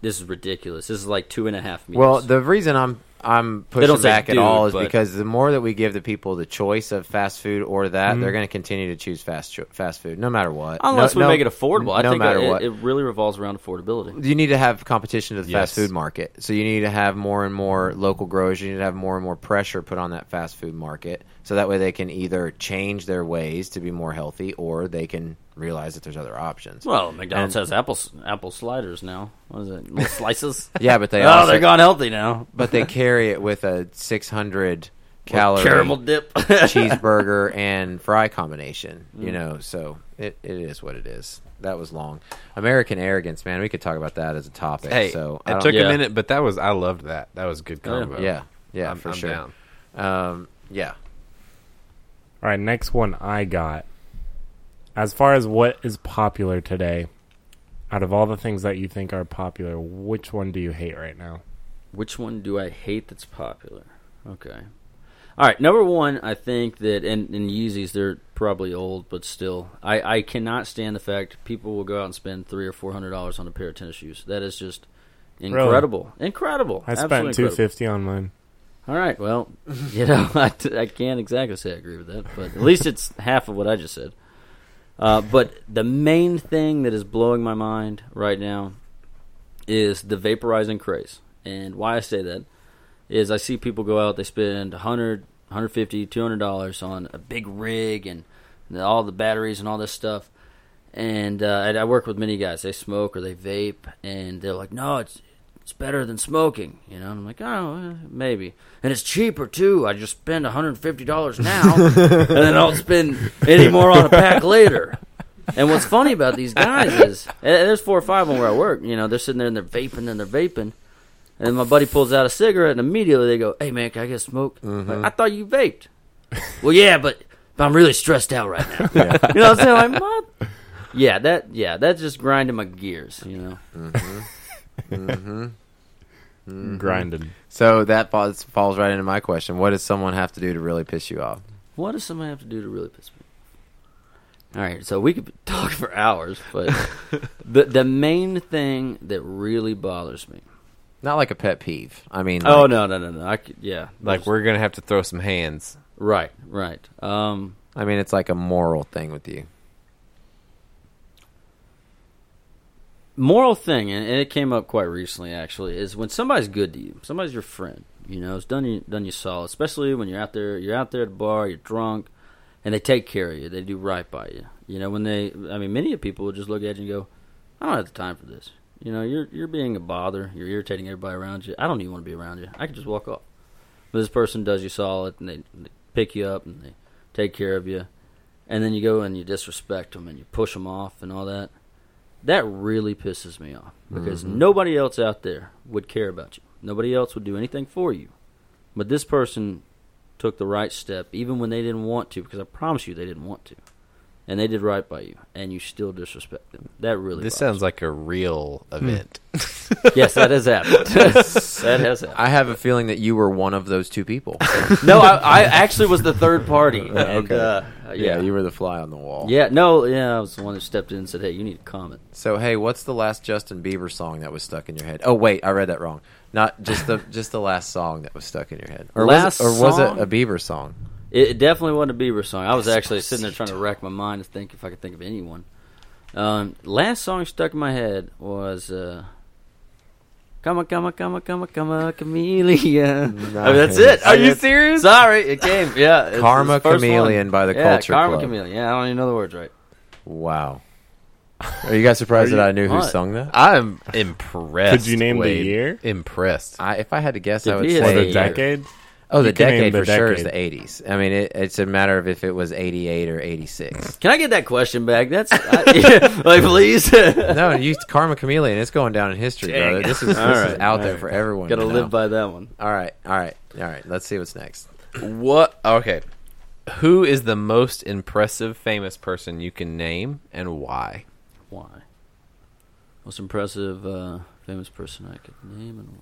Speaker 2: this is ridiculous. This is like two and a half meals."
Speaker 1: Well, the reason I'm I'm
Speaker 2: don't
Speaker 1: pushing
Speaker 2: say
Speaker 1: back
Speaker 2: dude,
Speaker 1: at all is
Speaker 2: but-
Speaker 1: because the more that we give the people the choice of fast food or that, they're going to continue to choose fast cho- fast food no matter what. No-
Speaker 2: Mm-hmm. Unless we
Speaker 1: no-
Speaker 2: make it affordable, I
Speaker 1: no
Speaker 2: think
Speaker 1: matter
Speaker 2: it,
Speaker 1: what.
Speaker 2: it really revolves around affordability.
Speaker 1: you need to have competition to the fast
Speaker 4: Yes.
Speaker 1: food market. So you need to have more and more local growers. You need to have more and more pressure put on that fast food market. So that way they can either change their ways to be more healthy or they can realize that there's other options.
Speaker 2: Well, McDonald's has apple apple sliders now. What is it? Little slices.
Speaker 1: Yeah, but they
Speaker 2: oh,
Speaker 1: also,
Speaker 2: they're gone healthy now.
Speaker 1: but they carry it with a 600 calorie
Speaker 2: Caramel dip.
Speaker 1: cheeseburger and fry combination.
Speaker 4: Mm.
Speaker 1: You know, so it, it is what it is. That was long. American arrogance, man. We could talk about that as a topic.
Speaker 4: Hey,
Speaker 1: so I
Speaker 4: it
Speaker 1: don't-
Speaker 4: took
Speaker 2: Yeah.
Speaker 4: a minute, but that was I loved that. That was a good
Speaker 2: yeah.
Speaker 4: combo.
Speaker 1: yeah, yeah,
Speaker 4: I'm-
Speaker 1: for
Speaker 4: I'm
Speaker 1: sure.
Speaker 4: down.
Speaker 1: Um, yeah,
Speaker 3: All right, next one I got. As far as what is popular today, out of all the things that you think are popular, which one do you hate right now?
Speaker 2: Which one do I hate that's popular? Okay. All right, number one, I think that and, and Yeezys, they're probably old, but still, I, I cannot stand the fact people will go out and spend three or four hundred dollars on a pair of tennis shoes. That is just incredible, incredible.
Speaker 3: I
Speaker 2: Absolutely
Speaker 3: spent two
Speaker 2: incredible.
Speaker 3: fifty on mine.
Speaker 2: All right, well, you know, I, t- I can't exactly say I agree with that, but at least it's half of what I just said. Uh, but the main thing that is blowing my mind right now is the vaporizing craze. And why I say that is I see people go out, they spend 100 150 $200 on a big rig and all the batteries and all this stuff. And uh, and I work with many guys. They smoke or they vape, and they're like, "No, it's it's better than smoking," you know. And I'm like, "Oh, eh, maybe." And it's cheaper too. I just spend 150 dollars now, and then I'll spend any more on a pack later. And what's funny about these guys is, and there's four or five of them where I work. You know, they're sitting there and they're vaping and they're vaping, and my buddy pulls out a cigarette, and immediately they go, "Hey man, can I get a smoke?" Like, I thought you vaped. well, yeah, but, but I'm really stressed out right now. You know what I'm saying? Like, what? Yeah, that yeah, that's just grinding my gears. You know,
Speaker 3: Grinding.
Speaker 1: So that falls, falls right into my question. What does someone have to do to really piss you off?
Speaker 2: what does somebody have to do to really piss me? off? All right, so we could talk for hours, but the the main thing that really bothers me.
Speaker 1: Not like a pet peeve. I mean,
Speaker 2: Oh
Speaker 1: like-
Speaker 2: no no no no! I could, yeah,
Speaker 4: Like we're gonna have to throw some hands.
Speaker 2: right right. Um,
Speaker 1: I mean, it's like a moral thing with you.
Speaker 2: moral thing, and and it came up quite recently actually, is when somebody's good to you, somebody's your friend, you know, it's done you done you solid, especially when you're out there you're out there at a bar, you're drunk, and they take care of you, they do right by you. You know, when they I mean many of people will just look at you and go, I don't have the time for this. You know, you're you're being a bother, you're irritating everybody around you. I don't even want to be around you. I could just walk off. But this person does you solid and they, they pick you up and they take care of you. And then you go and you disrespect them and you push them off and all that that really pisses me off because
Speaker 4: Mm-hmm.
Speaker 2: nobody else out there would care about you. Nobody else would do anything for you. But this person took the right step even when they didn't want to because I promise you they didn't want to. And they did right by you and you still disrespect them. That really
Speaker 4: This
Speaker 2: bothers
Speaker 4: sounds like a real event.
Speaker 2: me. Yes, that has happened. that has happened.
Speaker 1: I have a feeling that you were one of those two people.
Speaker 2: No, I, I actually was the third party. And,
Speaker 1: Okay.
Speaker 2: uh, yeah.
Speaker 1: you were the fly on the wall.
Speaker 2: Yeah, no, yeah, I was the one that stepped in and said, "Hey, you need to comment."
Speaker 1: So hey, what's the last Justin Bieber song that was stuck in your head? Oh wait, I read that wrong. Not just the just the last song that was stuck in your head, or
Speaker 2: Last
Speaker 1: was it, or was
Speaker 2: song?
Speaker 1: it a Bieber song?
Speaker 2: It, it definitely wasn't a Bieber song. I was actually sitting there trying to rack my mind to think if I could think of anyone. Um, last song stuck in my head was uh, "Come on, come on, come on, come on, come on, Camellia." I mean, that's it. Are you serious? Sorry, it came. Yeah, it's- it's
Speaker 1: Karma
Speaker 2: the first
Speaker 1: Chameleon
Speaker 2: one.
Speaker 1: by the
Speaker 2: yeah,
Speaker 1: Culture
Speaker 2: Karma
Speaker 1: Club.
Speaker 2: Chameleon. Yeah, I don't even know the words right.
Speaker 1: Wow. Are you guys surprised that I knew who
Speaker 2: What?
Speaker 1: sung that?
Speaker 4: I'm impressed.
Speaker 3: Could you name the
Speaker 4: Wade.
Speaker 3: year?
Speaker 4: Impressed.
Speaker 1: I, if I had to guess,
Speaker 2: If
Speaker 1: I would
Speaker 2: he had
Speaker 1: say
Speaker 3: Or the
Speaker 2: Hey.
Speaker 3: decade?
Speaker 1: Oh, the
Speaker 3: You can name
Speaker 1: decade
Speaker 3: the
Speaker 1: for sure is
Speaker 3: decade.
Speaker 1: the eighties. I mean, it, it's a matter of if it was eighty eight or eighty six.
Speaker 2: Can I get that question back? That's I, yeah, like, please. Gotta
Speaker 1: no, you Karma Chameleon. It's going down in history,
Speaker 2: Dang.
Speaker 1: brother. This is this
Speaker 2: All
Speaker 1: is
Speaker 2: right,
Speaker 1: out
Speaker 2: all
Speaker 1: there
Speaker 2: right.
Speaker 1: for everyone. to know.
Speaker 2: live by that one.
Speaker 1: All right, all right, all right. Let's see what's next.
Speaker 4: What? Okay. Who is the most impressive famous person you can name and why?
Speaker 2: Why? Most impressive uh, famous person I could name and why?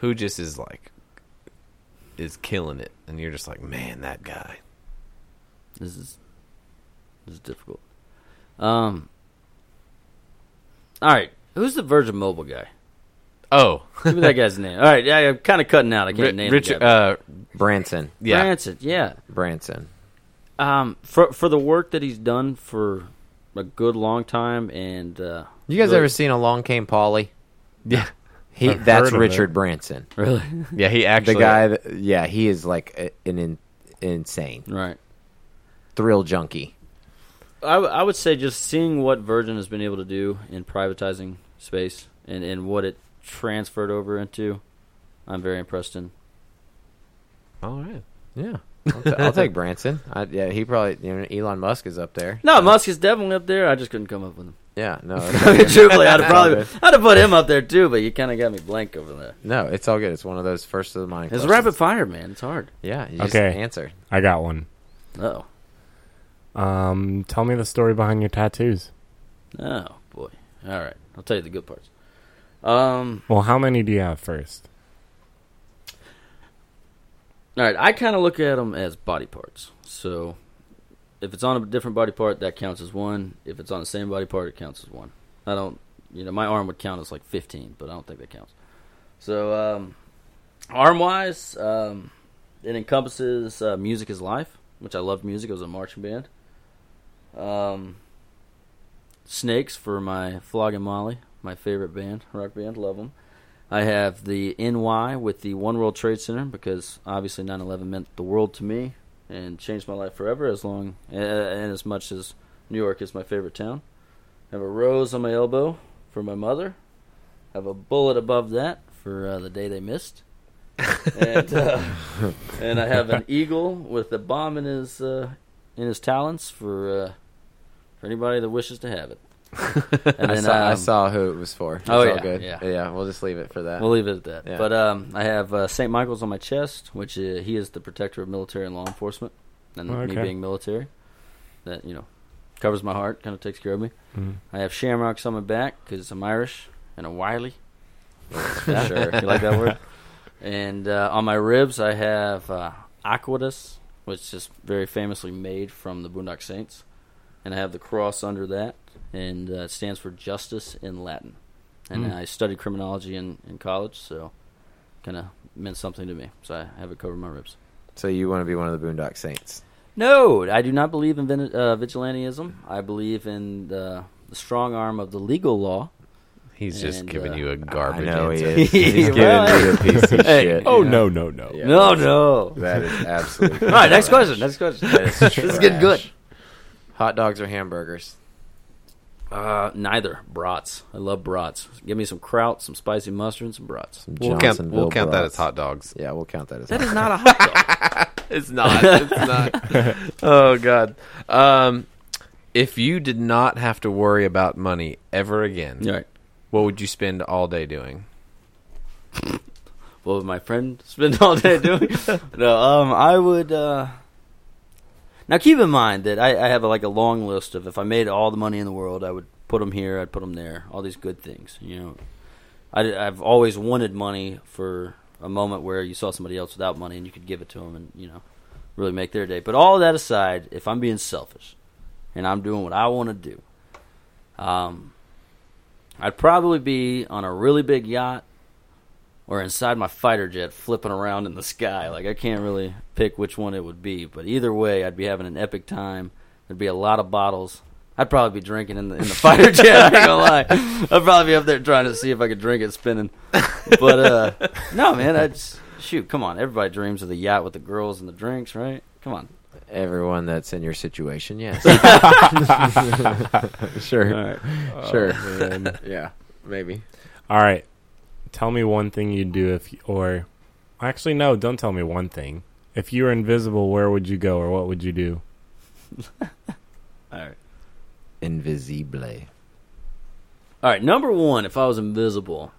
Speaker 4: Who just is like is killing it and you're just like, "Man, that guy."
Speaker 2: This is this is difficult. Um. All right, who's the Virgin Mobile guy?
Speaker 4: Oh,
Speaker 2: Give me that guy's name. All right, yeah, I'm kind of cutting out. I can't
Speaker 4: Ri-
Speaker 2: name
Speaker 4: Richard.
Speaker 2: The guy.
Speaker 4: Uh,
Speaker 1: Branson.
Speaker 4: yeah,
Speaker 2: Branson. Yeah,
Speaker 1: Branson.
Speaker 2: um, for for the work that he's done for a good long time, and uh,
Speaker 1: You guys
Speaker 2: Really?
Speaker 1: ever seen Along Came Polly?
Speaker 4: yeah,
Speaker 1: He
Speaker 3: I've
Speaker 1: that's
Speaker 3: heard of
Speaker 1: Richard
Speaker 3: it.
Speaker 1: Branson.
Speaker 2: really,
Speaker 4: yeah. He
Speaker 1: The
Speaker 4: actually
Speaker 1: guy that yeah, he is like a- an in, insane
Speaker 2: right?
Speaker 1: thrill junkie.
Speaker 2: I, w- I would say just seeing what Virgin has been able to do in privatizing space and, and what it transferred over into, I'm very impressed in.
Speaker 4: All right.
Speaker 1: Yeah. I'll, t- I'll take Branson. I, yeah, he probably you know, Elon Musk is up there.
Speaker 2: No, Musk is definitely up there. I just couldn't come up with him.
Speaker 1: Yeah, no.
Speaker 2: I mean,
Speaker 1: It's
Speaker 2: truthfully, I'd have probably I'd have put him up there too, but you kind of got me blank over there.
Speaker 1: no, it's all good. It's one of those first of the mind.
Speaker 2: It's
Speaker 1: questions.
Speaker 2: rapid fire, man. It's hard.
Speaker 1: Yeah, you just
Speaker 3: Okay.
Speaker 1: answer.
Speaker 3: I got one.
Speaker 2: Oh,
Speaker 3: Um, tell me the story behind your tattoos.
Speaker 2: oh boy. All right, I'll tell you the good parts. Um,
Speaker 3: Well, how many do you have first?
Speaker 2: all right. I kind of look at them as body parts. So, if it's on a different body part, that counts as one. If it's on the same body part, it counts as one. I don't, you know, my arm would count as like fifteen, but I don't think that counts. So, um, arm wise, um, it encompasses uh, music is life, which I loved music. I was a marching band. Um, snakes for my Flog and Molly, my favorite band, rock band, love them. I have the NY with the One World Trade Center because obviously 9/11 meant the world to me and changed my life forever. As long uh, and as much as New York is my favorite town, I have a rose on my elbow for my mother. I have a bullet above that for uh, the day they missed, and uh, and I have an eagle with a bomb in his uh, in his talons for uh, for anybody that wishes to have it. And
Speaker 1: I,
Speaker 2: then,
Speaker 1: saw, I
Speaker 2: um,
Speaker 1: saw who it was for. It's
Speaker 2: Oh,
Speaker 1: all
Speaker 2: yeah,
Speaker 1: good.
Speaker 2: yeah.
Speaker 1: We'll just leave it for that.
Speaker 2: We'll leave it at that.
Speaker 1: Yeah.
Speaker 2: But um, I have uh, St. Michael's on my chest, which uh, he is the protector of military and law enforcement, and
Speaker 3: Oh,
Speaker 2: me
Speaker 3: okay.
Speaker 2: being military, that you know covers my heart, kind of takes care of me.
Speaker 3: Mm.
Speaker 2: I have shamrocks on my back because I'm Irish and a Wiley.
Speaker 1: for sure.
Speaker 2: You like that word? And uh, on my ribs, I have uh, Aquidus, which is very famously made from the Boondock Saints, and I have the cross under that, and uh, it stands for justice in Latin. And
Speaker 3: Hmm.
Speaker 2: I studied criminology in, in college, so kind of meant something to me. So I have it covered my ribs.
Speaker 1: So you want to be one of the Boondock Saints?
Speaker 2: No, I do not believe in vin- uh, vigilantism. I believe in the, the strong arm of the legal law.
Speaker 4: He's just
Speaker 2: And,
Speaker 4: giving
Speaker 2: uh,
Speaker 4: you a garbage
Speaker 1: I know he
Speaker 4: answer.
Speaker 1: is. He's giving me
Speaker 2: Well,
Speaker 1: the piece of
Speaker 2: hey,
Speaker 1: shit.
Speaker 2: oh,
Speaker 3: no, no, no.
Speaker 1: Yeah,
Speaker 2: no,
Speaker 1: that's-
Speaker 2: no.
Speaker 1: That is absolutely.
Speaker 2: All right, next
Speaker 1: trash.
Speaker 2: question. Next question.
Speaker 1: That is
Speaker 2: this is getting good.
Speaker 1: trash. Hot dogs or hamburgers?
Speaker 2: Uh, neither. Brats. I love brats. Give me some kraut, some spicy mustard, and some brats.
Speaker 4: We'll count, we'll
Speaker 1: Johnsonville
Speaker 4: count that
Speaker 1: brats.
Speaker 4: as hot dogs.
Speaker 1: Yeah, we'll count that as.
Speaker 2: That
Speaker 1: hot
Speaker 2: is not a hot dog.
Speaker 4: It's not. It's not. oh God. Um, if you did not have to worry about money ever again,
Speaker 2: All right.
Speaker 4: what would you spend all day doing?
Speaker 2: What would my friend spend all day doing? no, um, I would. Uh... Now, keep in mind that I, I have like a long list of if I made all the money in the world, I would put them here, I'd put them there, all these good things. You know, I, have always wanted money for a moment where you saw somebody else without money and you could give it to them and you know really make their day. But all that aside, if I'm being selfish and I'm doing what I want to do, um, I'd probably be on a really big yacht or inside my fighter jet flipping around in the sky. Like I can't really pick which one it would be, but either way, I'd be having an epic time. There'd be a lot of bottles. I'd probably be drinking in the in the fighter jet. I ain't gonna lie. I'd probably be up there trying to see if I could drink it spinning. But uh, no, man. I just shoot. Come on, everybody dreams of the yacht with the girls and the drinks, right? Come on.
Speaker 1: dog. Everyone that's in your situation, yes. sure, sure, yeah, maybe.
Speaker 3: All right. Tell me one thing you'd do if, you, or actually, no, don't tell me one thing. If you were invisible, where would you go or what would you do?
Speaker 2: All right.
Speaker 1: Invisible.
Speaker 2: All right, number one, if I was invisible,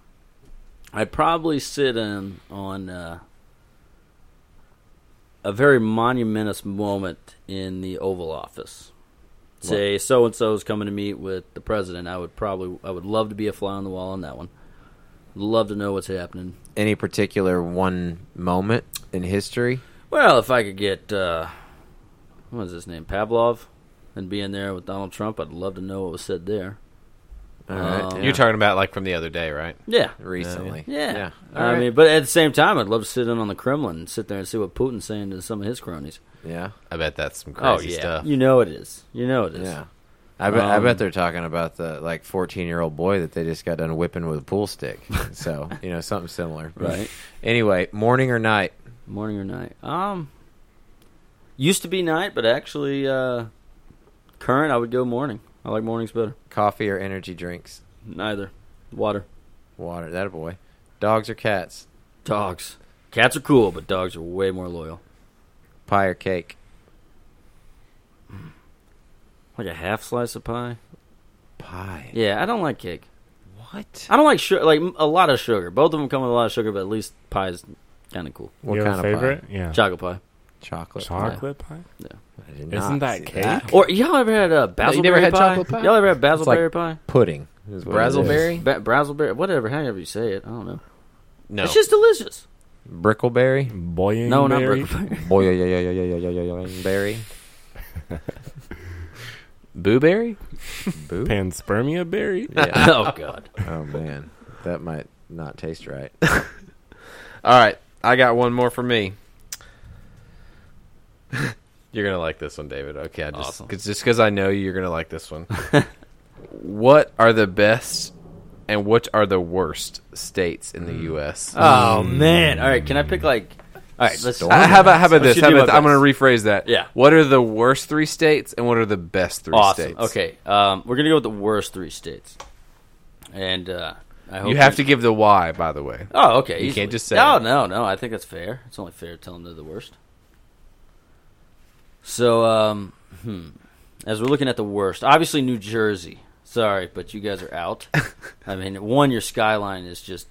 Speaker 2: I'd probably sit in on uh, a very monumentous moment in the Oval Office. Say so and so is coming to meet with the president. I would probably, I would love to be a fly on the wall on that one. Love to know what's happening.
Speaker 1: Any particular one moment in history?
Speaker 2: Well, if I could get uh, what is his name, Pavlov, and be in there with Donald Trump, I'd love to know what was said there.
Speaker 1: All right,
Speaker 2: Um,
Speaker 1: yeah.
Speaker 4: You're talking about like from the other day, right?
Speaker 2: Yeah.
Speaker 1: recently.
Speaker 2: Yeah.
Speaker 1: Yeah.
Speaker 2: I
Speaker 1: All
Speaker 2: mean, but at the same time, I'd love to sit in on the Kremlin and sit there and see what Putin's saying to some of his cronies.
Speaker 1: Yeah.
Speaker 4: I bet that's some
Speaker 1: Oh,
Speaker 4: crazy stuff.
Speaker 2: You know it is. You know it is.
Speaker 1: Yeah. I bet, I
Speaker 2: Um,
Speaker 1: bet they're talking about the like 14 year old boy that they just got done whipping with a pool stick. So, you know, something similar.
Speaker 2: Right.
Speaker 1: Anyway, morning or night?
Speaker 2: Morning or night? Um, used to be night, but actually, uh, current, I would go morning. I like mornings better.
Speaker 1: Coffee or energy drinks?
Speaker 2: Neither. Water.
Speaker 1: Water. That a boy. Dogs or cats?
Speaker 2: Dogs. Cats are cool, but dogs are way more loyal.
Speaker 1: Pie or cake?
Speaker 2: Like a half slice of pie.
Speaker 1: Pie.
Speaker 2: Yeah, I don't like cake.
Speaker 1: What?
Speaker 2: I don't like sugar. Like m- a lot of sugar. Both of them come with a lot of sugar, but at least pie is kind of cool.
Speaker 1: What
Speaker 3: you
Speaker 1: kind
Speaker 3: have
Speaker 1: of
Speaker 3: a favorite?
Speaker 1: pie?
Speaker 3: Yeah.
Speaker 2: Chocolate pie.
Speaker 1: Chocolate.
Speaker 3: Chocolate pie?
Speaker 1: Pie. I did
Speaker 3: Isn't
Speaker 1: not
Speaker 3: that
Speaker 1: see
Speaker 3: cake?
Speaker 2: Or y'all ever had a basilberry
Speaker 1: you never had
Speaker 2: pie?
Speaker 1: chocolate pie?
Speaker 2: Y'all ever had
Speaker 1: It's like-
Speaker 2: basilberry pie?
Speaker 1: Pudding. is what it is.
Speaker 4: Brazzleberry?
Speaker 2: Ba- brazzleberry, whatever, however you say it, I don't know.
Speaker 4: No,
Speaker 2: It's just delicious.
Speaker 1: Brickleberry?
Speaker 3: Boying
Speaker 2: No, not
Speaker 3: berry?
Speaker 2: brickleberry.
Speaker 1: Boy, yeah, yeah, yeah, yeah, yeah, yeah, yeah, yeah, berry.
Speaker 4: booberry.
Speaker 1: Boo.
Speaker 3: Panspermia berry?
Speaker 1: Yeah.
Speaker 2: oh God,
Speaker 1: Oh, man. That might not taste right.
Speaker 4: All right, I got one more for me. you're gonna like this one, David. Okay, I just
Speaker 2: Awesome.
Speaker 4: 'cause- just because I know you, you're gonna like this one. what are the best and what are the worst states in the U.S.?
Speaker 2: oh man. All right, can I pick like? All right, let's.
Speaker 4: Uh, how about how about
Speaker 2: Let's
Speaker 4: this?
Speaker 2: just
Speaker 4: How
Speaker 2: do
Speaker 4: about
Speaker 2: my
Speaker 4: th- I'm
Speaker 2: best.
Speaker 4: going to rephrase that.
Speaker 2: Yeah.
Speaker 4: What are the worst three states and what are the best three
Speaker 2: awesome.
Speaker 4: states?
Speaker 2: Okay, um, we're gonna go with the worst three states, and uh, I hope
Speaker 4: You have to give the why, by the way.
Speaker 2: Oh, okay.
Speaker 4: You
Speaker 2: easily.
Speaker 4: can't just say
Speaker 2: No,
Speaker 4: it.
Speaker 2: no, no. I think that's fair. It's only fair to tell them they're the worst. So, um, hmm. as we're looking at the worst, obviously New Jersey. Sorry, but you guys are out. I mean, one, your skyline is just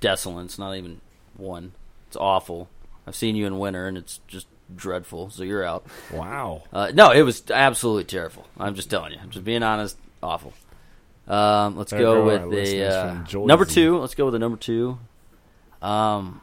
Speaker 2: desolate. It's not even one. It's awful. I've seen you in winter, and it's just dreadful. So you're out.
Speaker 3: Wow.
Speaker 2: Uh, no, it was absolutely terrible. I'm just telling you. I'm just being honest. Awful. Um, let's
Speaker 3: There
Speaker 2: go
Speaker 3: go
Speaker 2: with
Speaker 3: our
Speaker 2: the
Speaker 3: listeners
Speaker 2: uh,
Speaker 3: from Jersey.
Speaker 2: number two. Let's go with the number two. Um,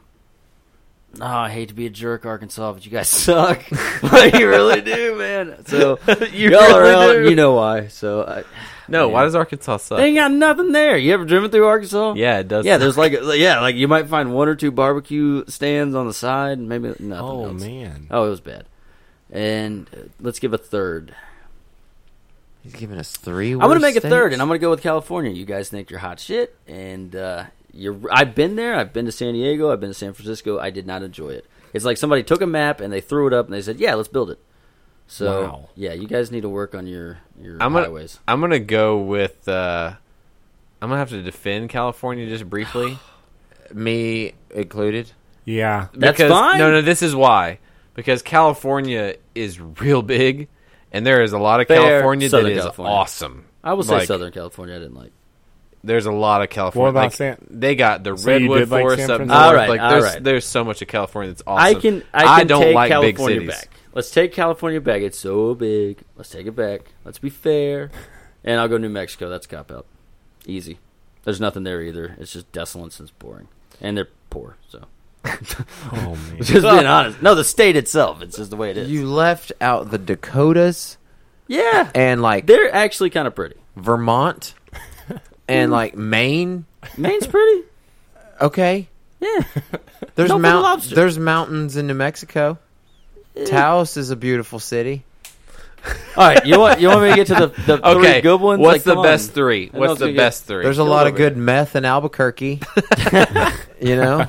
Speaker 2: oh, I hate to be a jerk, Arkansas, but you guys suck. Like, you really do, man. So you all are out.
Speaker 4: really do.
Speaker 2: You know why? So I,
Speaker 4: No, why
Speaker 2: Yeah.
Speaker 4: does Arkansas suck?
Speaker 2: they ain't got nothing there. You ever driven through Arkansas?
Speaker 4: Yeah, it does.
Speaker 2: Yeah, there's like yeah, like you might find one or two barbecue stands on the side, and maybe nothing.
Speaker 3: Oh,
Speaker 2: else.
Speaker 3: man.
Speaker 2: Oh, it was bad. And uh, let's give a third.
Speaker 1: He's giving us three.
Speaker 2: I'm gonna
Speaker 1: worst
Speaker 2: make a
Speaker 1: states?
Speaker 2: third, and I'm gonna go with California. You guys think you're hot shit, and uh, you're. I've been there. I've been to San Diego. I've been to San Francisco. I did not enjoy it. It's like somebody took a map and they threw it up and they said, "Yeah, let's build it." So
Speaker 3: Wow.
Speaker 2: yeah, you guys need to work on your your
Speaker 4: I'm gonna,
Speaker 2: highways.
Speaker 4: I'm gonna go with. Uh, I'm gonna have to defend California just briefly.
Speaker 1: me included.
Speaker 3: Yeah.
Speaker 2: That's
Speaker 4: because,
Speaker 2: fine.
Speaker 4: No, no, this is why. Because California is real big, and there is a lot of
Speaker 2: Fair.
Speaker 4: California
Speaker 2: Southern
Speaker 4: that is
Speaker 2: California.
Speaker 4: awesome.
Speaker 2: I will say
Speaker 4: Like,
Speaker 2: Southern California. I didn't like.
Speaker 4: There's a lot of California.
Speaker 3: What about
Speaker 4: like,
Speaker 3: San-
Speaker 4: They got the
Speaker 3: So you
Speaker 4: redwood
Speaker 3: did like
Speaker 4: forest
Speaker 3: San
Speaker 4: up north.
Speaker 3: Francisco?
Speaker 2: Alright,
Speaker 4: like, there's,
Speaker 2: alright.
Speaker 4: there's so much of California that's awesome.
Speaker 2: I can. I, can
Speaker 4: don't
Speaker 2: take
Speaker 4: like big
Speaker 2: California
Speaker 4: cities.
Speaker 2: back. Let's take California back. It's so big. Let's take it back. Let's be fair. And I'll go New Mexico. That's cop out. Easy. There's nothing there either. It's just desolate and it's boring. And they're poor. So
Speaker 3: Oh, man.
Speaker 2: just being honest. No, the state itself. It's just the way it is.
Speaker 1: You left out the Dakotas
Speaker 2: yeah,
Speaker 1: and like
Speaker 2: they're actually kind of pretty.
Speaker 1: Vermont and like Maine.
Speaker 2: Maine's pretty.
Speaker 1: Okay.
Speaker 2: Yeah.
Speaker 1: There's
Speaker 2: No, but
Speaker 1: mount-
Speaker 2: lobster.
Speaker 1: there's mountains in New Mexico. Taos is a beautiful city.
Speaker 2: All right. You want you want me to get to the the three
Speaker 4: Okay,
Speaker 2: good ones?
Speaker 4: what's
Speaker 2: Like,
Speaker 4: the
Speaker 2: come
Speaker 4: best
Speaker 2: on.
Speaker 4: three?
Speaker 2: I know
Speaker 4: What's
Speaker 2: it's
Speaker 4: the
Speaker 2: gonna get-
Speaker 4: best three?
Speaker 1: There's a
Speaker 2: Get
Speaker 1: lot of
Speaker 2: over
Speaker 1: good
Speaker 2: it.
Speaker 1: meth in Albuquerque. you know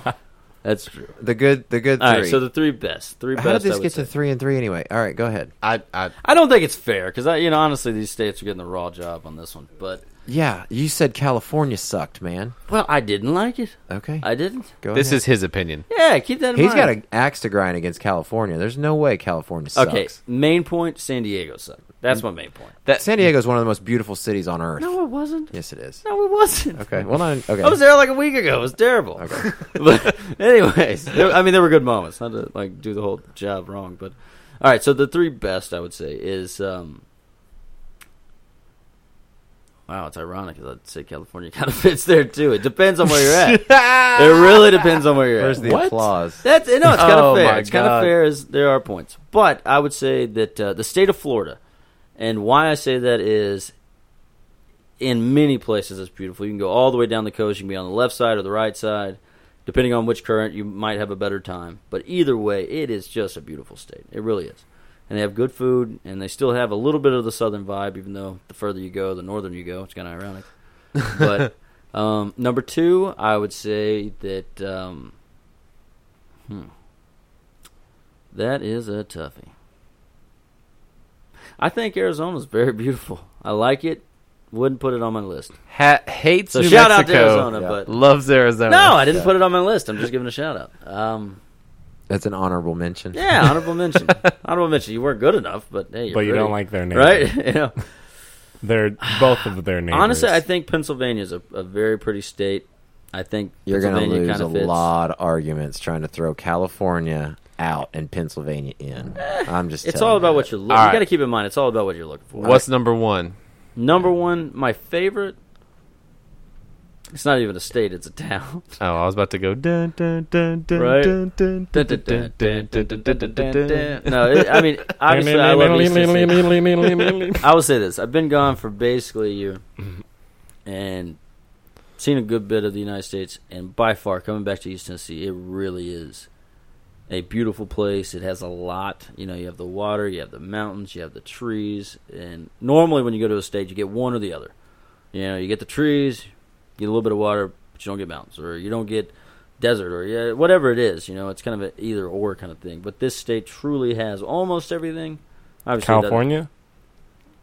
Speaker 2: That's true.
Speaker 1: the good the good
Speaker 2: All
Speaker 1: three.
Speaker 2: right. So the three best. Three
Speaker 1: How
Speaker 2: best.
Speaker 1: did
Speaker 2: I
Speaker 1: this
Speaker 2: would
Speaker 1: get
Speaker 2: say.
Speaker 1: to three and three anyway? All right, go ahead.
Speaker 4: I, I,
Speaker 2: I don't think it's fair because I, you know, honestly, these states are getting the raw job on this one. But
Speaker 1: Yeah, you said California sucked, man.
Speaker 2: well, I didn't like it.
Speaker 1: Okay,
Speaker 2: I didn't.
Speaker 1: go
Speaker 4: this
Speaker 1: ahead.
Speaker 4: is his opinion.
Speaker 2: Yeah, keep that in
Speaker 1: He's got
Speaker 2: mind.
Speaker 1: an axe to grind against California. There's no way California sucks.
Speaker 2: okay. Main point: San Diego sucked. That's my main point.
Speaker 1: That San Diego is one of the most beautiful cities on earth.
Speaker 2: No, it wasn't.
Speaker 1: Yes, it is.
Speaker 2: No, it wasn't.
Speaker 1: Okay. Well, not okay.
Speaker 2: I was there like a week ago. It was terrible. Okay. but anyways, there, I mean, there were good moments. Not to like do the whole job wrong, but all right. So the three best I would say is. um Wow, it's ironic that I'd say California kind of fits there too. It depends on where you're at. it really depends on where you're
Speaker 1: Where's
Speaker 2: at.
Speaker 1: the applause?
Speaker 2: That's no, it's kind of
Speaker 4: Oh,
Speaker 2: fair.
Speaker 4: my
Speaker 2: It's kind of
Speaker 4: God.
Speaker 2: fair as there are points, but I would say that uh, the state of Florida, and why I say that is, in many places it's beautiful. You can go all the way down the coast. You can be on the left side or the right side, depending on which current. You might have a better time, but either way, it is just a beautiful state. It really is, and they have good food, and they still have a little bit of the southern vibe, even though the further you go, the northern you go. It's kind of ironic, but. Um, number two, I would say that um, hmm, that is a toughie. I think Arizona's very beautiful. I like it. Wouldn't put it on my list.
Speaker 4: Ha- hates
Speaker 2: So
Speaker 4: New
Speaker 2: shout out to
Speaker 4: Mexico,
Speaker 2: Arizona,
Speaker 3: Yeah.
Speaker 2: but
Speaker 4: loves Arizona.
Speaker 2: no, I didn't put it on my list. I'm just giving a shout out. Um,
Speaker 1: That's an honorable mention.
Speaker 2: yeah, honorable mention. honorable mention. You weren't good enough, but hey, you're
Speaker 3: but you
Speaker 2: pretty.
Speaker 3: don't like their neighbor.
Speaker 2: right? yeah.
Speaker 3: They're both of their neighbors.
Speaker 2: Honestly, I think Pennsylvania's a, a very pretty state. I think
Speaker 1: You're going to
Speaker 2: Pennsylvania
Speaker 1: lose
Speaker 2: kinda
Speaker 1: a
Speaker 2: fits.
Speaker 1: lot of arguments trying to throw California out and Pennsylvania in. I'm just.
Speaker 2: It's
Speaker 1: telling
Speaker 2: all
Speaker 1: you.
Speaker 2: about what you're. Lo-
Speaker 4: All
Speaker 2: You
Speaker 4: right.
Speaker 2: got to keep in mind. It's all about what you're looking for.
Speaker 4: What's number one?
Speaker 2: Number one, my favorite. It's not even a state; it's a town.
Speaker 4: Oh, I was about to go. Dun, dun, dun, dun,
Speaker 2: Right.
Speaker 4: dun, dun,
Speaker 2: no,
Speaker 4: dun, dun, dun, dun, dun, dun, dun, dun, dun.
Speaker 2: it, I mean, obviously, I love Eastern states. I will say this: I've been gone for basically a year, and seen a good bit of the United States. And by far, coming back to East Tennessee, it really is a beautiful place. It has a lot. You know, you have the water, you have the mountains, you have the trees. And normally, when you go to a state, you get one or the other. You know, you get the trees, you get a little bit of water, but you don't get mountains, or you don't get desert, or yeah, whatever it is. You know, it's kind of an either or kind of thing. But this state truly has almost everything. Obviously, it doesn't-
Speaker 3: California.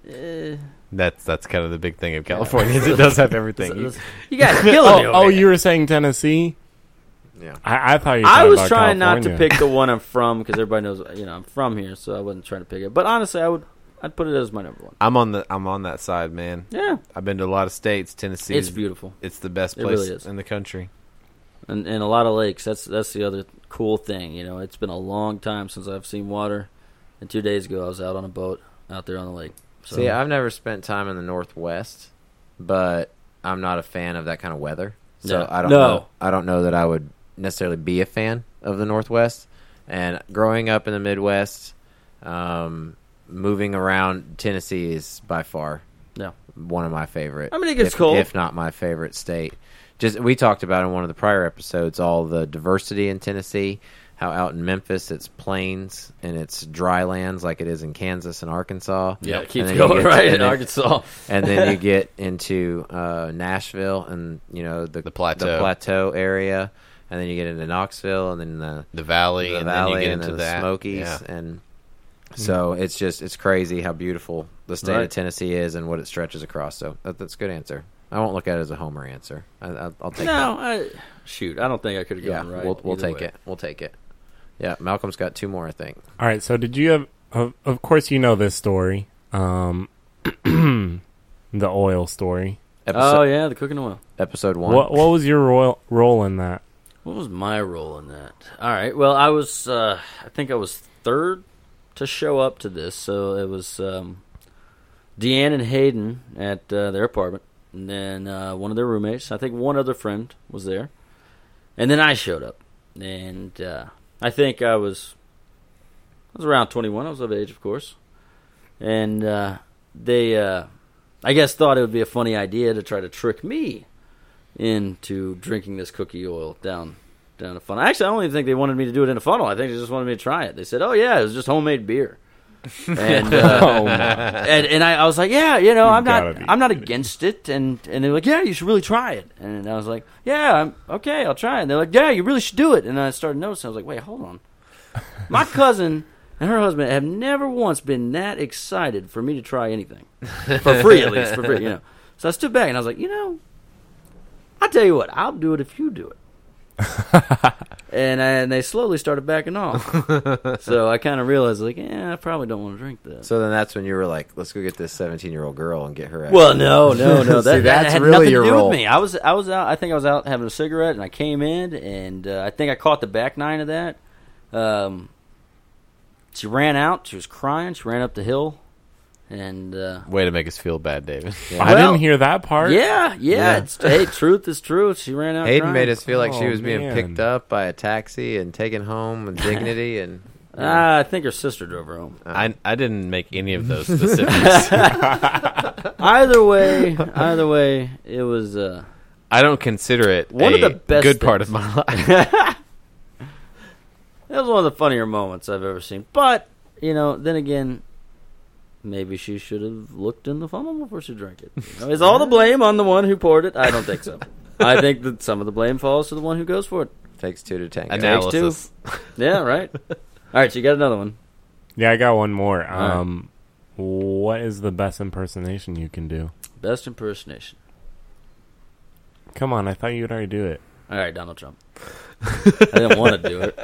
Speaker 2: Eh,
Speaker 4: That's that's kind of the big thing of California. is It does have everything.
Speaker 2: you, guys killing me.
Speaker 3: Oh,
Speaker 2: over
Speaker 3: oh,
Speaker 2: here.
Speaker 3: you were saying Tennessee?
Speaker 1: Yeah.
Speaker 3: I, I thought you. Were
Speaker 2: I
Speaker 3: talking
Speaker 2: was
Speaker 3: about
Speaker 2: trying not to
Speaker 3: California.
Speaker 2: pick the one I'm from because everybody knows, you know, I'm from here, so I wasn't trying to pick it. But honestly, I would, I'd put it as my number one.
Speaker 4: I'm on the I'm on that side, man.
Speaker 2: Yeah,
Speaker 4: I've been to a lot of states. Tennessee,
Speaker 2: it's
Speaker 4: is
Speaker 2: beautiful,
Speaker 4: it's the best
Speaker 2: It
Speaker 4: place
Speaker 2: really is.
Speaker 4: in the country.
Speaker 2: and and a lot of lakes. That's that's the other cool thing. You know, it's been a long time since I've seen water. And two days ago, I was out on a boat out there on the lake. So
Speaker 1: See, I've never spent time in the Northwest, but I'm not a fan of that kind of weather. So
Speaker 2: No.
Speaker 1: I don't
Speaker 2: No.
Speaker 1: know. I don't know that I would necessarily be a fan of the Northwest. And growing up in the Midwest, um, moving around Tennessee is by far
Speaker 2: Yeah.
Speaker 1: one of my favorite.
Speaker 2: I mean, it gets
Speaker 1: if,
Speaker 2: cold.
Speaker 1: if not my favorite state. Just we talked about in one of the prior episodes all the diversity in Tennessee. How out in Memphis it's plains and it's dry lands like it is in Kansas and Arkansas.
Speaker 2: yeah, it
Speaker 1: And
Speaker 2: keeps
Speaker 1: then you
Speaker 2: going
Speaker 1: get-
Speaker 2: right
Speaker 1: and
Speaker 2: in
Speaker 1: then-
Speaker 2: Arkansas.
Speaker 1: and then you get into uh, Nashville and you know the,
Speaker 4: The plateau.
Speaker 1: the plateau area, and then you get into Knoxville and then the,
Speaker 4: The valley,
Speaker 1: the
Speaker 4: and
Speaker 1: valley
Speaker 4: then you get
Speaker 1: and
Speaker 4: into
Speaker 1: then
Speaker 4: that.
Speaker 1: the Smokies,
Speaker 4: Yeah.
Speaker 1: and so it's just it's crazy how beautiful the state
Speaker 2: Mm-hmm. Right.
Speaker 1: of Tennessee is and what it stretches across. So that, that's a good answer. I won't look at it as a Homer answer. I, I, I'll take
Speaker 2: no, I, shoot, I don't think I could
Speaker 1: that.
Speaker 2: have
Speaker 1: Yeah,
Speaker 2: gone right.
Speaker 1: we'll we'll
Speaker 2: either
Speaker 1: take
Speaker 2: way.
Speaker 1: it. We'll take it. Yeah, Malcolm's got two more, I think.
Speaker 3: All right. So did you have? Of, of course, you know this story. Um, the oil story.
Speaker 1: Episode
Speaker 2: Oh yeah, the cooking oil.
Speaker 1: episode one.
Speaker 3: What What was your role role in that?
Speaker 2: What was my role in that? All right. Well, I was. Uh, I think I was third to show up to this. So it was um, Deanne and Hayden at uh, their apartment, and then uh, one of their roommates. I think one other friend was there, and then I showed up, and uh, I think I was. I was around twenty-one. I was of age, of course, and uh, they, uh, I guess, thought it would be a funny idea to try to trick me into drinking this cookie oil down down a funnel. Actually, I don't even think they wanted me to do it in a funnel. I think they just wanted me to try it. They said, "Oh yeah, it was just homemade beer." And uh,
Speaker 3: Oh, my.
Speaker 2: and, and I, I was like, "Yeah, you know,
Speaker 3: You
Speaker 2: I'm
Speaker 3: gotta
Speaker 2: not
Speaker 3: be
Speaker 2: I'm not
Speaker 3: kidding.
Speaker 2: against it." And and they're like, "Yeah, you should really try it." And I was like, "Yeah, I'm okay, I'll try it." And they're like, "Yeah, you really should do it." And I started noticing. I was like, "Wait, hold on." My cousin and her husband have never once been that excited for me to try anything for free, at least for free, you know. So I stood back and I was like, you know, I tell you what, I'll do it if you do it. and I, and they slowly started backing off. so I kind of realized, like, yeah, I probably don't want to drink that.
Speaker 1: So then that's when you were like, "Let's go get this seventeen-year-old girl and get her." out."
Speaker 2: well, no, no, no.
Speaker 1: See,
Speaker 2: That, that
Speaker 1: that's
Speaker 2: had
Speaker 1: really
Speaker 2: nothing
Speaker 1: your
Speaker 2: to do
Speaker 1: role.
Speaker 2: with me. I was, I was out. I think I was out having a cigarette, and I came in, and uh, I think I caught the back nine of that. Um, she ran out. She was crying. She ran up the hill, and uh,
Speaker 4: Way to make us feel bad, David.
Speaker 3: I
Speaker 2: Well-
Speaker 3: didn't hear that part.
Speaker 2: yeah, yeah.
Speaker 1: Yeah.
Speaker 2: It's, hey, truth is truth. She ran out.
Speaker 1: Hayden
Speaker 2: crying.
Speaker 1: made us feel like she
Speaker 3: Oh,
Speaker 1: was being
Speaker 3: man.
Speaker 1: picked up by a taxi and taken home with dignity, and
Speaker 2: Ah, I think her sister drove her home.
Speaker 4: I I didn't make any of those specifics.
Speaker 2: Either way, either way, it was. Uh,
Speaker 4: I don't consider it
Speaker 2: One
Speaker 4: a
Speaker 2: of the best
Speaker 4: good part
Speaker 2: things-
Speaker 4: of my life.
Speaker 2: That was one of the funnier moments I've ever seen. But, you know, then again, maybe she should have looked in the funnel before she drank it. You know, is all the blame on the one who poured it? I don't think so. I think that some of the blame falls to the one who goes for it.
Speaker 1: Takes two to tango.
Speaker 4: Analysis.
Speaker 2: Yeah, right? all right, so you got another one.
Speaker 3: Yeah, I got one more.
Speaker 2: right.
Speaker 3: Um, What is the best impersonation you can do?
Speaker 2: Best impersonation.
Speaker 3: Come on, I thought you'd already do it.
Speaker 2: All right, Donald Trump. I didn't want to do it.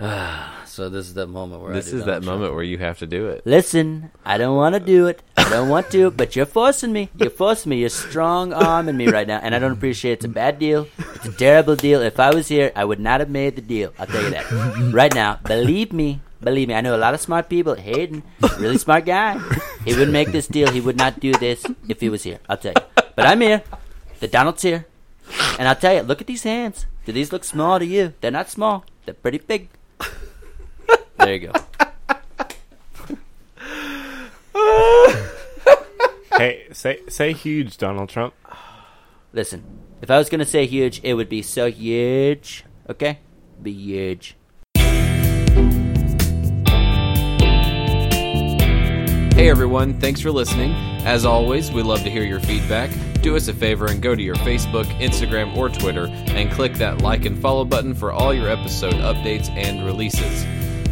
Speaker 2: so this is that moment where I
Speaker 4: This
Speaker 2: do
Speaker 4: is that
Speaker 2: Donald Trump.
Speaker 4: moment where you have to do it.
Speaker 2: Listen, I don't want to do it. I don't want to, but you're forcing me. You're forcing me. You're strong arming me right now, and I don't appreciate it. It's a bad deal. It's a terrible deal. If I was here, I would not have made the deal. I'll tell you that. Right now, believe me. Believe me. I know a lot of smart people. Hayden, really smart guy. He would make this deal. He would not do this if he was here. I'll tell you. But I'm here. The Donald's here. And I'll tell you, look at these hands. Do these look small to you? They're not small. They're pretty big. There you go.
Speaker 3: hey, say say huge, Donald Trump.
Speaker 2: Listen, if I was gonna say huge, it would be so huge. Okay, be huge.
Speaker 4: Hey everyone, thanks for listening. As always, we love to hear your feedback. Do us a favor and go to your Facebook, Instagram, or Twitter and click that like and follow button for all your episode updates and releases.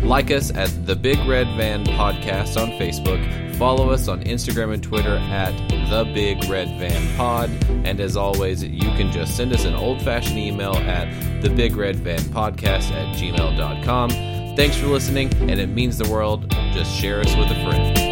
Speaker 4: Like us at the Big Red Van Podcast on Facebook. Follow us on Instagram and Twitter at the Big Red Van Pod. And as always, you can just send us an old fashioned email at the Big Red Van Podcast at gmail.com. Thanks for listening, and it means the world. Just share us with a friend.